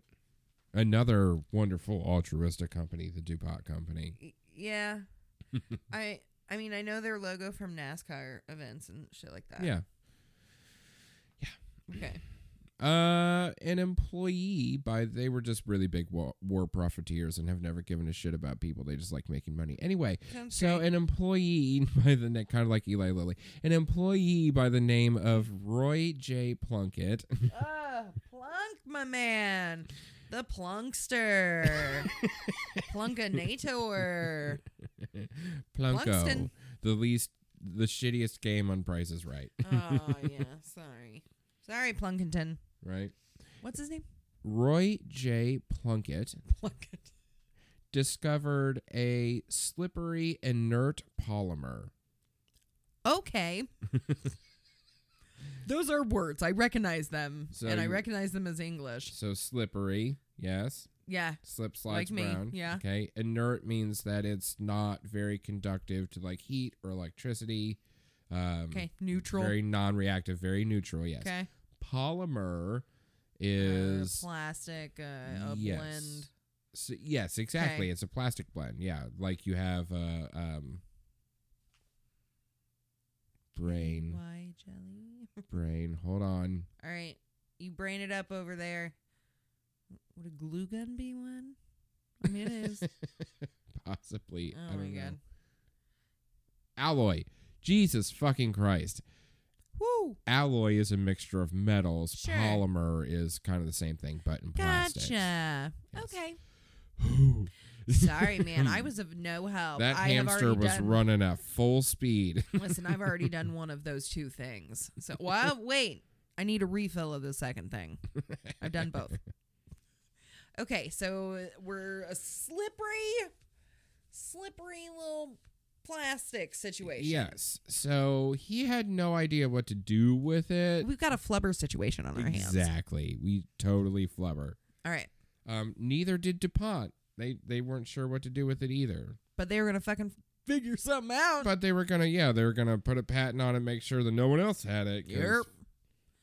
Speaker 3: Another wonderful altruistic company, the DuPont Company.
Speaker 2: Y- Yeah. I I mean, I know their logo from NASCAR events and shit like that.
Speaker 3: Yeah.
Speaker 2: Okay.
Speaker 3: Uh, an employee by they were just really big war, war profiteers and have never given a shit about people. They just like making money. Anyway,
Speaker 2: Sounds
Speaker 3: so
Speaker 2: great.
Speaker 3: an employee by the name, kind of like Eli Lilly, an employee by the name of Roy J. Plunkett.
Speaker 2: Oh, Plunk, my man. The Plunkster. Plunkinator.
Speaker 3: Plunko,
Speaker 2: Plunkston.
Speaker 3: the least, the shittiest game on Price is Right,
Speaker 2: Oh, yeah. Sorry. Sorry, Plunkington.
Speaker 3: right?
Speaker 2: What's his name?
Speaker 3: Roy J. Plunkett
Speaker 2: Plunkett.
Speaker 3: discovered a slippery inert polymer.
Speaker 2: Okay. Those are words. I recognize them.
Speaker 3: So
Speaker 2: and I
Speaker 3: you-
Speaker 2: recognize them as English.
Speaker 3: So slippery, yes.
Speaker 2: Yeah.
Speaker 3: Slip slides
Speaker 2: Like me,
Speaker 3: around.
Speaker 2: yeah.
Speaker 3: Okay. Inert means that it's not very conductive to like heat or electricity. Um,
Speaker 2: Okay. Neutral.
Speaker 3: Very non-reactive. Very neutral. Yes.
Speaker 2: okay.
Speaker 3: Polymer
Speaker 2: Uh,
Speaker 3: is
Speaker 2: plastic, uh, a
Speaker 3: yes.
Speaker 2: blend.
Speaker 3: So, yes, exactly.
Speaker 2: Okay.
Speaker 3: It's a plastic blend. Yeah, like you have a um, brain,
Speaker 2: Why jelly?
Speaker 3: brain. Hold on.
Speaker 2: All right. You brain it up over there. Would a glue gun be one? I mean, it is.
Speaker 3: Possibly. I
Speaker 2: Oh, my
Speaker 3: don't know.
Speaker 2: God.
Speaker 3: Alloy. Jesus fucking Christ.
Speaker 2: Woo!
Speaker 3: Alloy is a mixture of metals.
Speaker 2: Sure.
Speaker 3: Polymer is kind of the same thing, but in plastics.
Speaker 2: Gotcha.
Speaker 3: Yes.
Speaker 2: Okay. Sorry, man. I was of no help.
Speaker 3: That
Speaker 2: I have
Speaker 3: hamster
Speaker 2: already
Speaker 3: was
Speaker 2: done,
Speaker 3: running at full speed.
Speaker 2: Listen, I've already done one of those two things. So, well, wait. I need a refill of the second thing. I've done both. Okay, so we're a slippery, slippery little plastic situation.
Speaker 3: yes. So he had no idea what to do with it.
Speaker 2: We've got a flubber situation on our hands.
Speaker 3: Exactly. We totally flubber.
Speaker 2: All right.
Speaker 3: Um, neither did DuPont. They they weren't sure what to do with it either.
Speaker 2: But they were going to fucking figure something out.
Speaker 3: But they were gonna yeah, they were gonna put a patent on it, make sure that no one else had it. 'cause,
Speaker 2: Yerp.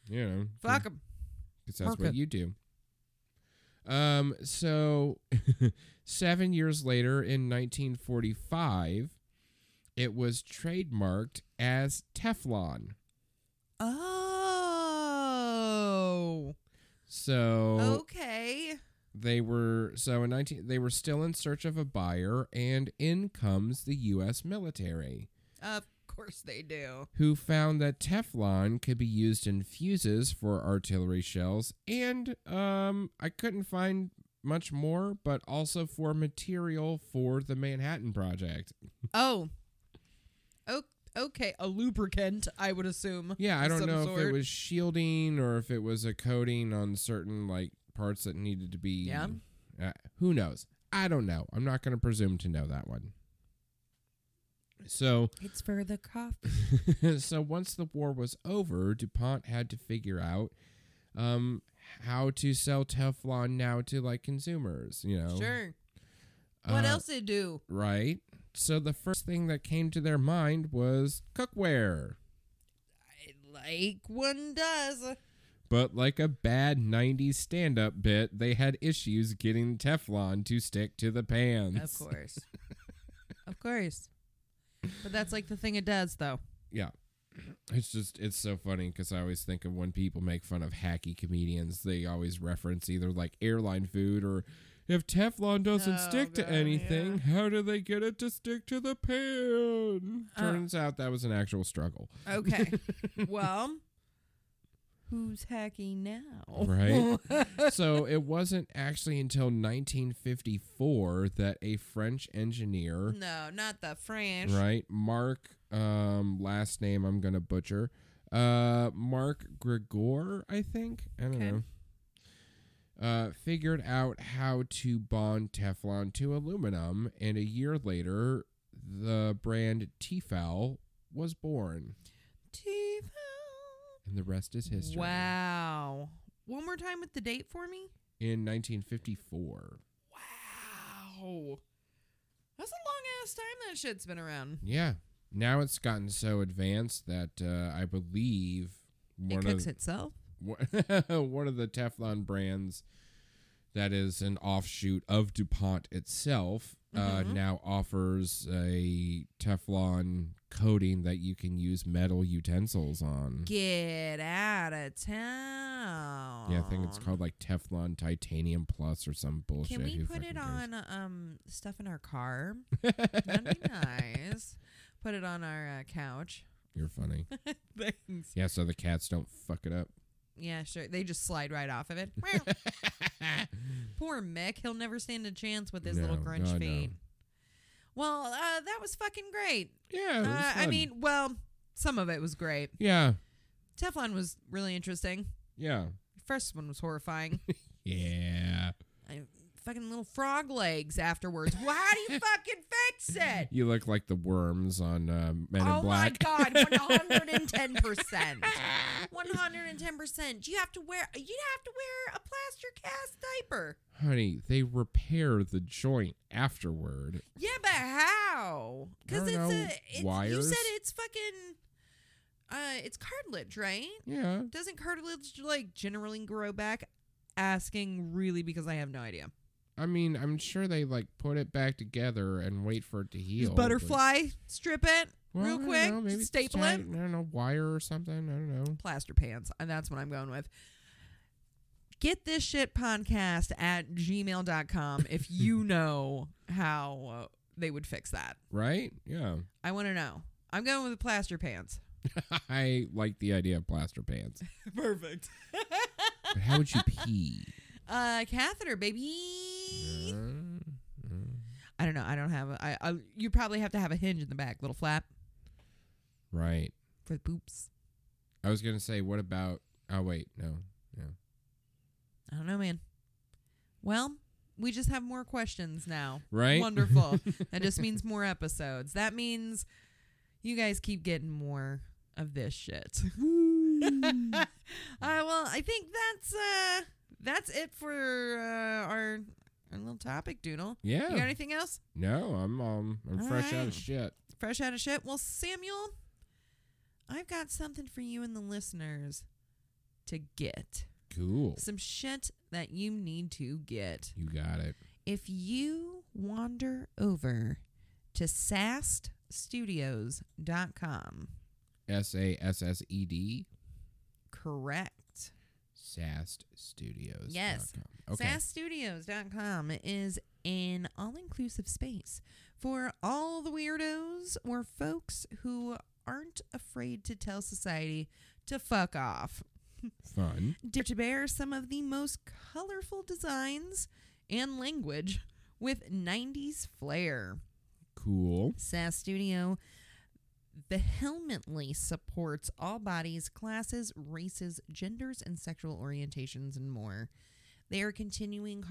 Speaker 3: You know.
Speaker 2: Fuck 'em.
Speaker 3: 'cause that's
Speaker 2: Merca.
Speaker 3: what you do. Um, so seven years later in nineteen forty five, it was trademarked as Teflon.
Speaker 2: Oh.
Speaker 3: So
Speaker 2: Okay.
Speaker 3: they were so in 19 they were still in search of a buyer and in comes the US military
Speaker 2: Of course they do.
Speaker 3: who found that Teflon could be used in fuses for artillery shells and um I couldn't find much more but also for material for the Manhattan project.
Speaker 2: Oh. Oh, okay. A lubricant, I would assume.
Speaker 3: Yeah, I
Speaker 2: of
Speaker 3: don't
Speaker 2: some
Speaker 3: know if it
Speaker 2: sort.
Speaker 3: was shielding or if it was a coating on certain like parts that needed to be
Speaker 2: Yeah.
Speaker 3: Uh, who knows? I don't know. I'm not going to presume to know that one. So,
Speaker 2: It's for the cough.
Speaker 3: so once the war was over, DuPont had to figure out um, how to sell Teflon now to like consumers, you know.
Speaker 2: Sure. What
Speaker 3: Uh,
Speaker 2: else they do?
Speaker 3: Right. So the first thing that came to their mind was cookware.
Speaker 2: I- Like one does.
Speaker 3: But like a bad 90s stand up bit, they had issues getting Teflon to stick to the pans.
Speaker 2: Of course. of course. But that's like the thing it does, though.
Speaker 3: Yeah. It's just, it's so funny because I always think of when people make fun of hacky comedians, they always reference either like airline food or if Teflon doesn't
Speaker 2: Oh,
Speaker 3: stick to
Speaker 2: God,
Speaker 3: anything, how do they get it to stick to the pan?
Speaker 2: Oh.
Speaker 3: Turns out that was an actual struggle.
Speaker 2: Okay. well, who's hacking now?
Speaker 3: Right? so it wasn't actually until 1954 that a French engineer
Speaker 2: No, not the French.
Speaker 3: right? Mark, um, last name I'm gonna butcher. Uh, Mark Gregor, I think. I don't
Speaker 2: Okay.
Speaker 3: know. uh, figured out how to bond Teflon to aluminum, and a year later, the brand Tefal was born. And the rest is history.
Speaker 2: Wow. One more time with the date for me.
Speaker 3: In 1954.
Speaker 2: Wow. That's a long ass time that shit's been around.
Speaker 3: Yeah. Now it's gotten so advanced that uh, I believe
Speaker 2: it
Speaker 3: one
Speaker 2: cooks
Speaker 3: of
Speaker 2: itself.
Speaker 3: one of the Teflon brands that is an offshoot of DuPont itself uh,
Speaker 2: Mhm.
Speaker 3: now offers a Teflon coating that you can use metal utensils on.
Speaker 2: Get out of town.
Speaker 3: Yeah, I think it's called like Teflon Titanium Plus or some bullshit.
Speaker 2: Can we
Speaker 3: Who
Speaker 2: put
Speaker 3: fucking
Speaker 2: it
Speaker 3: cares?
Speaker 2: on uh, um stuff in our car? That'd be nice. Put it on our uh, couch.
Speaker 3: You're funny.
Speaker 2: Thanks.
Speaker 3: Yeah, so the cats don't fuck it up.
Speaker 2: Yeah, sure. They just slide right off of it. Poor Mick. He'll never stand a chance with his little
Speaker 3: No,
Speaker 2: grunge
Speaker 3: God, no.
Speaker 2: feet. Well, uh, that was fucking great.
Speaker 3: yeah. Oh, it was
Speaker 2: Uh, I
Speaker 3: fun.
Speaker 2: mean, well, some of it was great.
Speaker 3: Yeah.
Speaker 2: Teflon was really interesting.
Speaker 3: Yeah.
Speaker 2: First one was horrifying.
Speaker 3: Yeah.
Speaker 2: I, fucking little frog legs afterwards. Well, how do you fucking fix it?
Speaker 3: You look like the worms on uh, Men
Speaker 2: oh
Speaker 3: in Black.
Speaker 2: my god, one hundred and ten percent. One hundred and ten percent. You have to wear you have to wear a plaster cast diaper.
Speaker 3: Honey, they repair the joint afterward.
Speaker 2: Yeah, but how? Because
Speaker 3: I
Speaker 2: it's
Speaker 3: don't
Speaker 2: a
Speaker 3: know.
Speaker 2: it's, you
Speaker 3: Wires?
Speaker 2: said it's fucking uh it's cartilage, right?
Speaker 3: Yeah.
Speaker 2: Doesn't cartilage like generally grow back? Asking really because I have no idea.
Speaker 3: I mean, I'm sure they like put it back together and wait for it to heal.
Speaker 2: Just
Speaker 3: but-
Speaker 2: butterfly strip it
Speaker 3: Well, I
Speaker 2: real
Speaker 3: don't
Speaker 2: quick,
Speaker 3: know,
Speaker 2: just
Speaker 3: maybe
Speaker 2: staple
Speaker 3: tie
Speaker 2: it,
Speaker 3: I don't know, wire or something. I don't know.
Speaker 2: plaster pants, and that's what I'm going with. Get this shit podcast at gmail.com if you know how uh, they would fix that.
Speaker 3: Right? Yeah.
Speaker 2: I want to know. I'm going with the plaster pants.
Speaker 3: I like the idea of plaster pants.
Speaker 2: Perfect.
Speaker 3: But how would you pee? Uh,
Speaker 2: Uh, catheter, baby. I don't know. I don't have a. I, I, you probably have to have a hinge in the back, little flap
Speaker 3: right.
Speaker 2: for the poops.
Speaker 3: I was gonna say, what about? Oh wait, no.
Speaker 2: I don't know, man. Well, we just have more questions now.
Speaker 3: Right?
Speaker 2: Wonderful. that just means more episodes. That means you guys keep getting more of this shit.
Speaker 3: Mm.
Speaker 2: uh, well, I think that's uh, that's it for uh, our our little topic doodle. You got
Speaker 3: Yeah.
Speaker 2: anything else?
Speaker 3: No, I'm um, I'm
Speaker 2: All
Speaker 3: fresh out
Speaker 2: right.
Speaker 3: of shit.
Speaker 2: Fresh out of shit. Well, Samuel, I've got something for you and the listeners to get.
Speaker 3: Cool.
Speaker 2: Some shit that you need to get.
Speaker 3: You got it.
Speaker 2: If you wander over to saststudios.com,
Speaker 3: S A S S E D.
Speaker 2: correct.
Speaker 3: E Sast Studios.
Speaker 2: Yes.
Speaker 3: Okay.
Speaker 2: Saststudios.com is an all inclusive space for all the weirdos or folks who aren't afraid to tell society to fuck off.
Speaker 3: Fun.
Speaker 2: Did you bear some of the most colorful designs and language with 90s flair?
Speaker 3: Cool.
Speaker 2: SAS Studio vehemently supports all bodies, classes, races, genders, and sexual orientations, and more. They are continuing.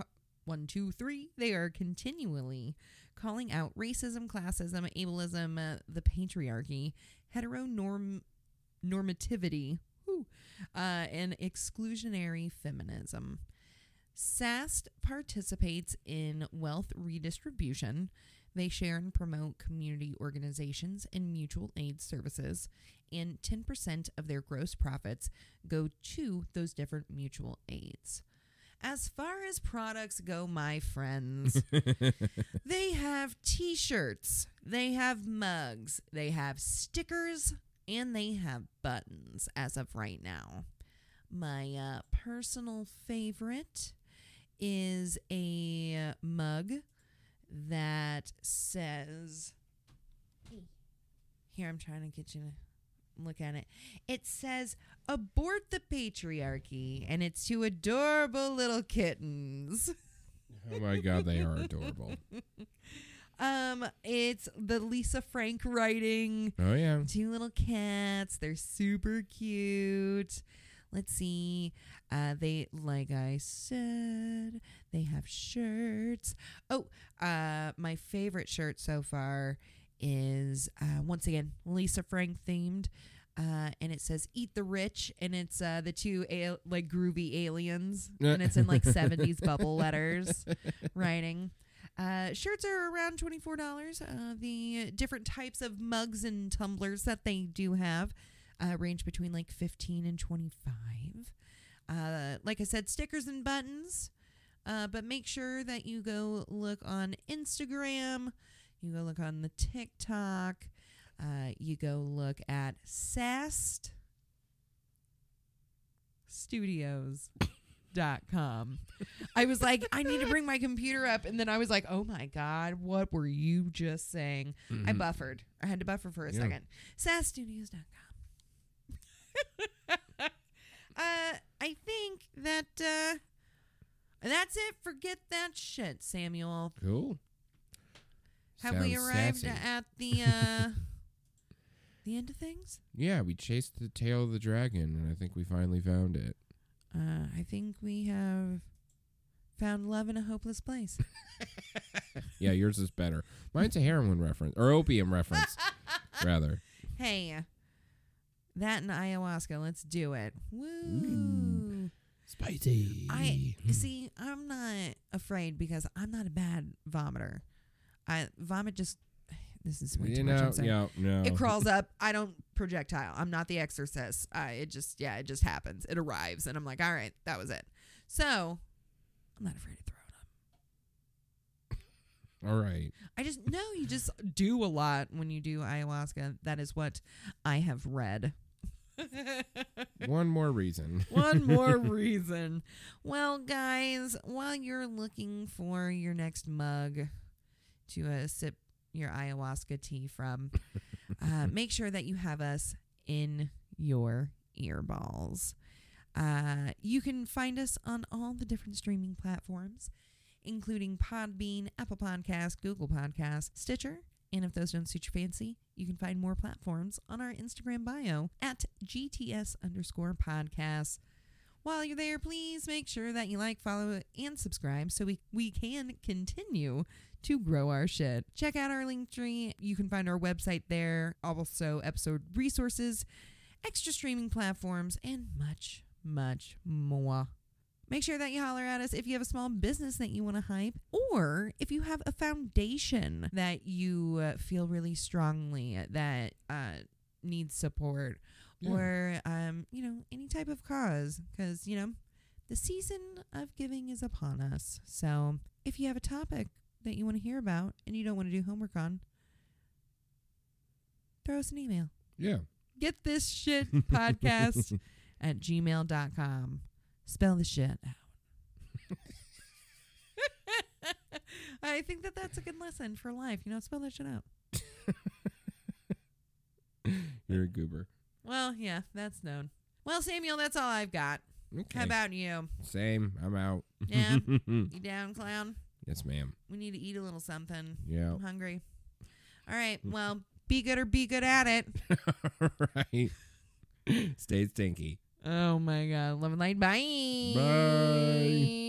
Speaker 2: One, two, three. They are continually calling out racism, classism, ableism, uh, the patriarchy, heteronorm normativity, whew, uh, and exclusionary feminism. SAST participates in wealth redistribution, they share and promote community organizations and mutual aid services, and 10% of their gross profits go to those different mutual aids. As far as products go, my friends, they have t shirts, they have mugs, they have stickers, and they have buttons as of right now. My uh, personal favorite is a mug that says here i'm trying to get you to look at it it says abort the patriarchy and it's two adorable little kittens
Speaker 3: Oh my god, they are adorable.
Speaker 2: um it's the lisa frank writing
Speaker 3: Oh yeah.
Speaker 2: two little cats they're super cute Let's see. Uh, they, like I said, they have shirts. Oh, uh, my favorite shirt so far is uh, once again Lisa Frank themed. Uh, and it says "Eat the Rich," and it's uh, the two al- like groovy aliens, and it's in like '70s bubble letters writing. Uh, shirts are around twenty four dollars. Uh, the different types of mugs and tumblers that they do have uh, range between like fifteen and twenty five. Uh, like I said, stickers and buttons. Uh, but make sure that you go look on Instagram. You go look on the TikTok. Uh, you go look at Sast Studios.com. I was like, I need to bring my computer up. And then I was like, oh my God, what were you just saying?
Speaker 3: Mm-hmm.
Speaker 2: I buffered. I had to buffer for a
Speaker 3: Yeah.
Speaker 2: second. SassStudios.com. uh, I think that uh, that's it. Forget that shit, Samuel.
Speaker 3: Cool.
Speaker 2: Have we
Speaker 3: Sounds
Speaker 2: arrived
Speaker 3: sassy.
Speaker 2: at the uh, the end of things?
Speaker 3: Yeah, we chased the tail of the dragon, and I think we finally found it.
Speaker 2: Uh, I think we have found love in a hopeless place.
Speaker 3: Yeah, yours is better. Mine's a heroin reference or opium reference, rather.
Speaker 2: hey, that and ayahuasca. Let's do it. Woo!
Speaker 3: Ooh. Spicy.
Speaker 2: I
Speaker 3: Hmm.
Speaker 2: see. I'm not afraid because I'm not a bad vomiter. I vomit just. This is way too
Speaker 3: You
Speaker 2: much.
Speaker 3: know,
Speaker 2: I'm sorry.
Speaker 3: yeah, no.
Speaker 2: It crawls up. I don't projectile. I'm not the exorcist. I it just yeah, it just happens. It arrives and I'm like, all right, that was it. So I'm not afraid to throw it up.
Speaker 3: All right.
Speaker 2: I just no, you just do a lot when you do ayahuasca. That is what I have read.
Speaker 3: One more reason.
Speaker 2: One more reason. Well, guys, while you're looking for your next mug to uh, sip your ayahuasca tea from, uh, make sure that you have us in your earballs. Uh, you can find us on all the different streaming platforms, including Podbean, Apple Podcast, Google Podcast, Stitcher. And if those don't suit your fancy, you can find more platforms on our Instagram bio at GTS underscore podcast. While you're there, please make sure that you like, follow, and subscribe so we, we can continue to grow our shit. Check out our link tree. You can find our website there, also episode resources, extra streaming platforms, and much, much more. Make sure that you holler at us if you have a small business that you want to hype, or if you have a foundation that you uh, feel really strongly that uh, needs support,
Speaker 3: Yeah.
Speaker 2: or um, you know, any type of cause, because you know, the season of giving is upon us. So if you have a topic that you want to hear about and you don't want to do homework on, throw us an email
Speaker 3: Yeah.
Speaker 2: get this shit podcast at gmail.com. Spell the shit out. I think that that's a good lesson for life. You know, spell that shit out.
Speaker 3: You're a goober.
Speaker 2: Well, yeah, that's known. Well, Samuel, that's all I've got.
Speaker 3: Okay.
Speaker 2: How about you?
Speaker 3: Same. I'm out.
Speaker 2: Yeah. You down, clown?
Speaker 3: yes, ma'am.
Speaker 2: We need to eat a little something.
Speaker 3: Yeah.
Speaker 2: I'm hungry. All right. Well, be good or be good at it.
Speaker 3: All right. Stay stinky.
Speaker 2: Oh my God. Love and light. Bye.
Speaker 3: Bye.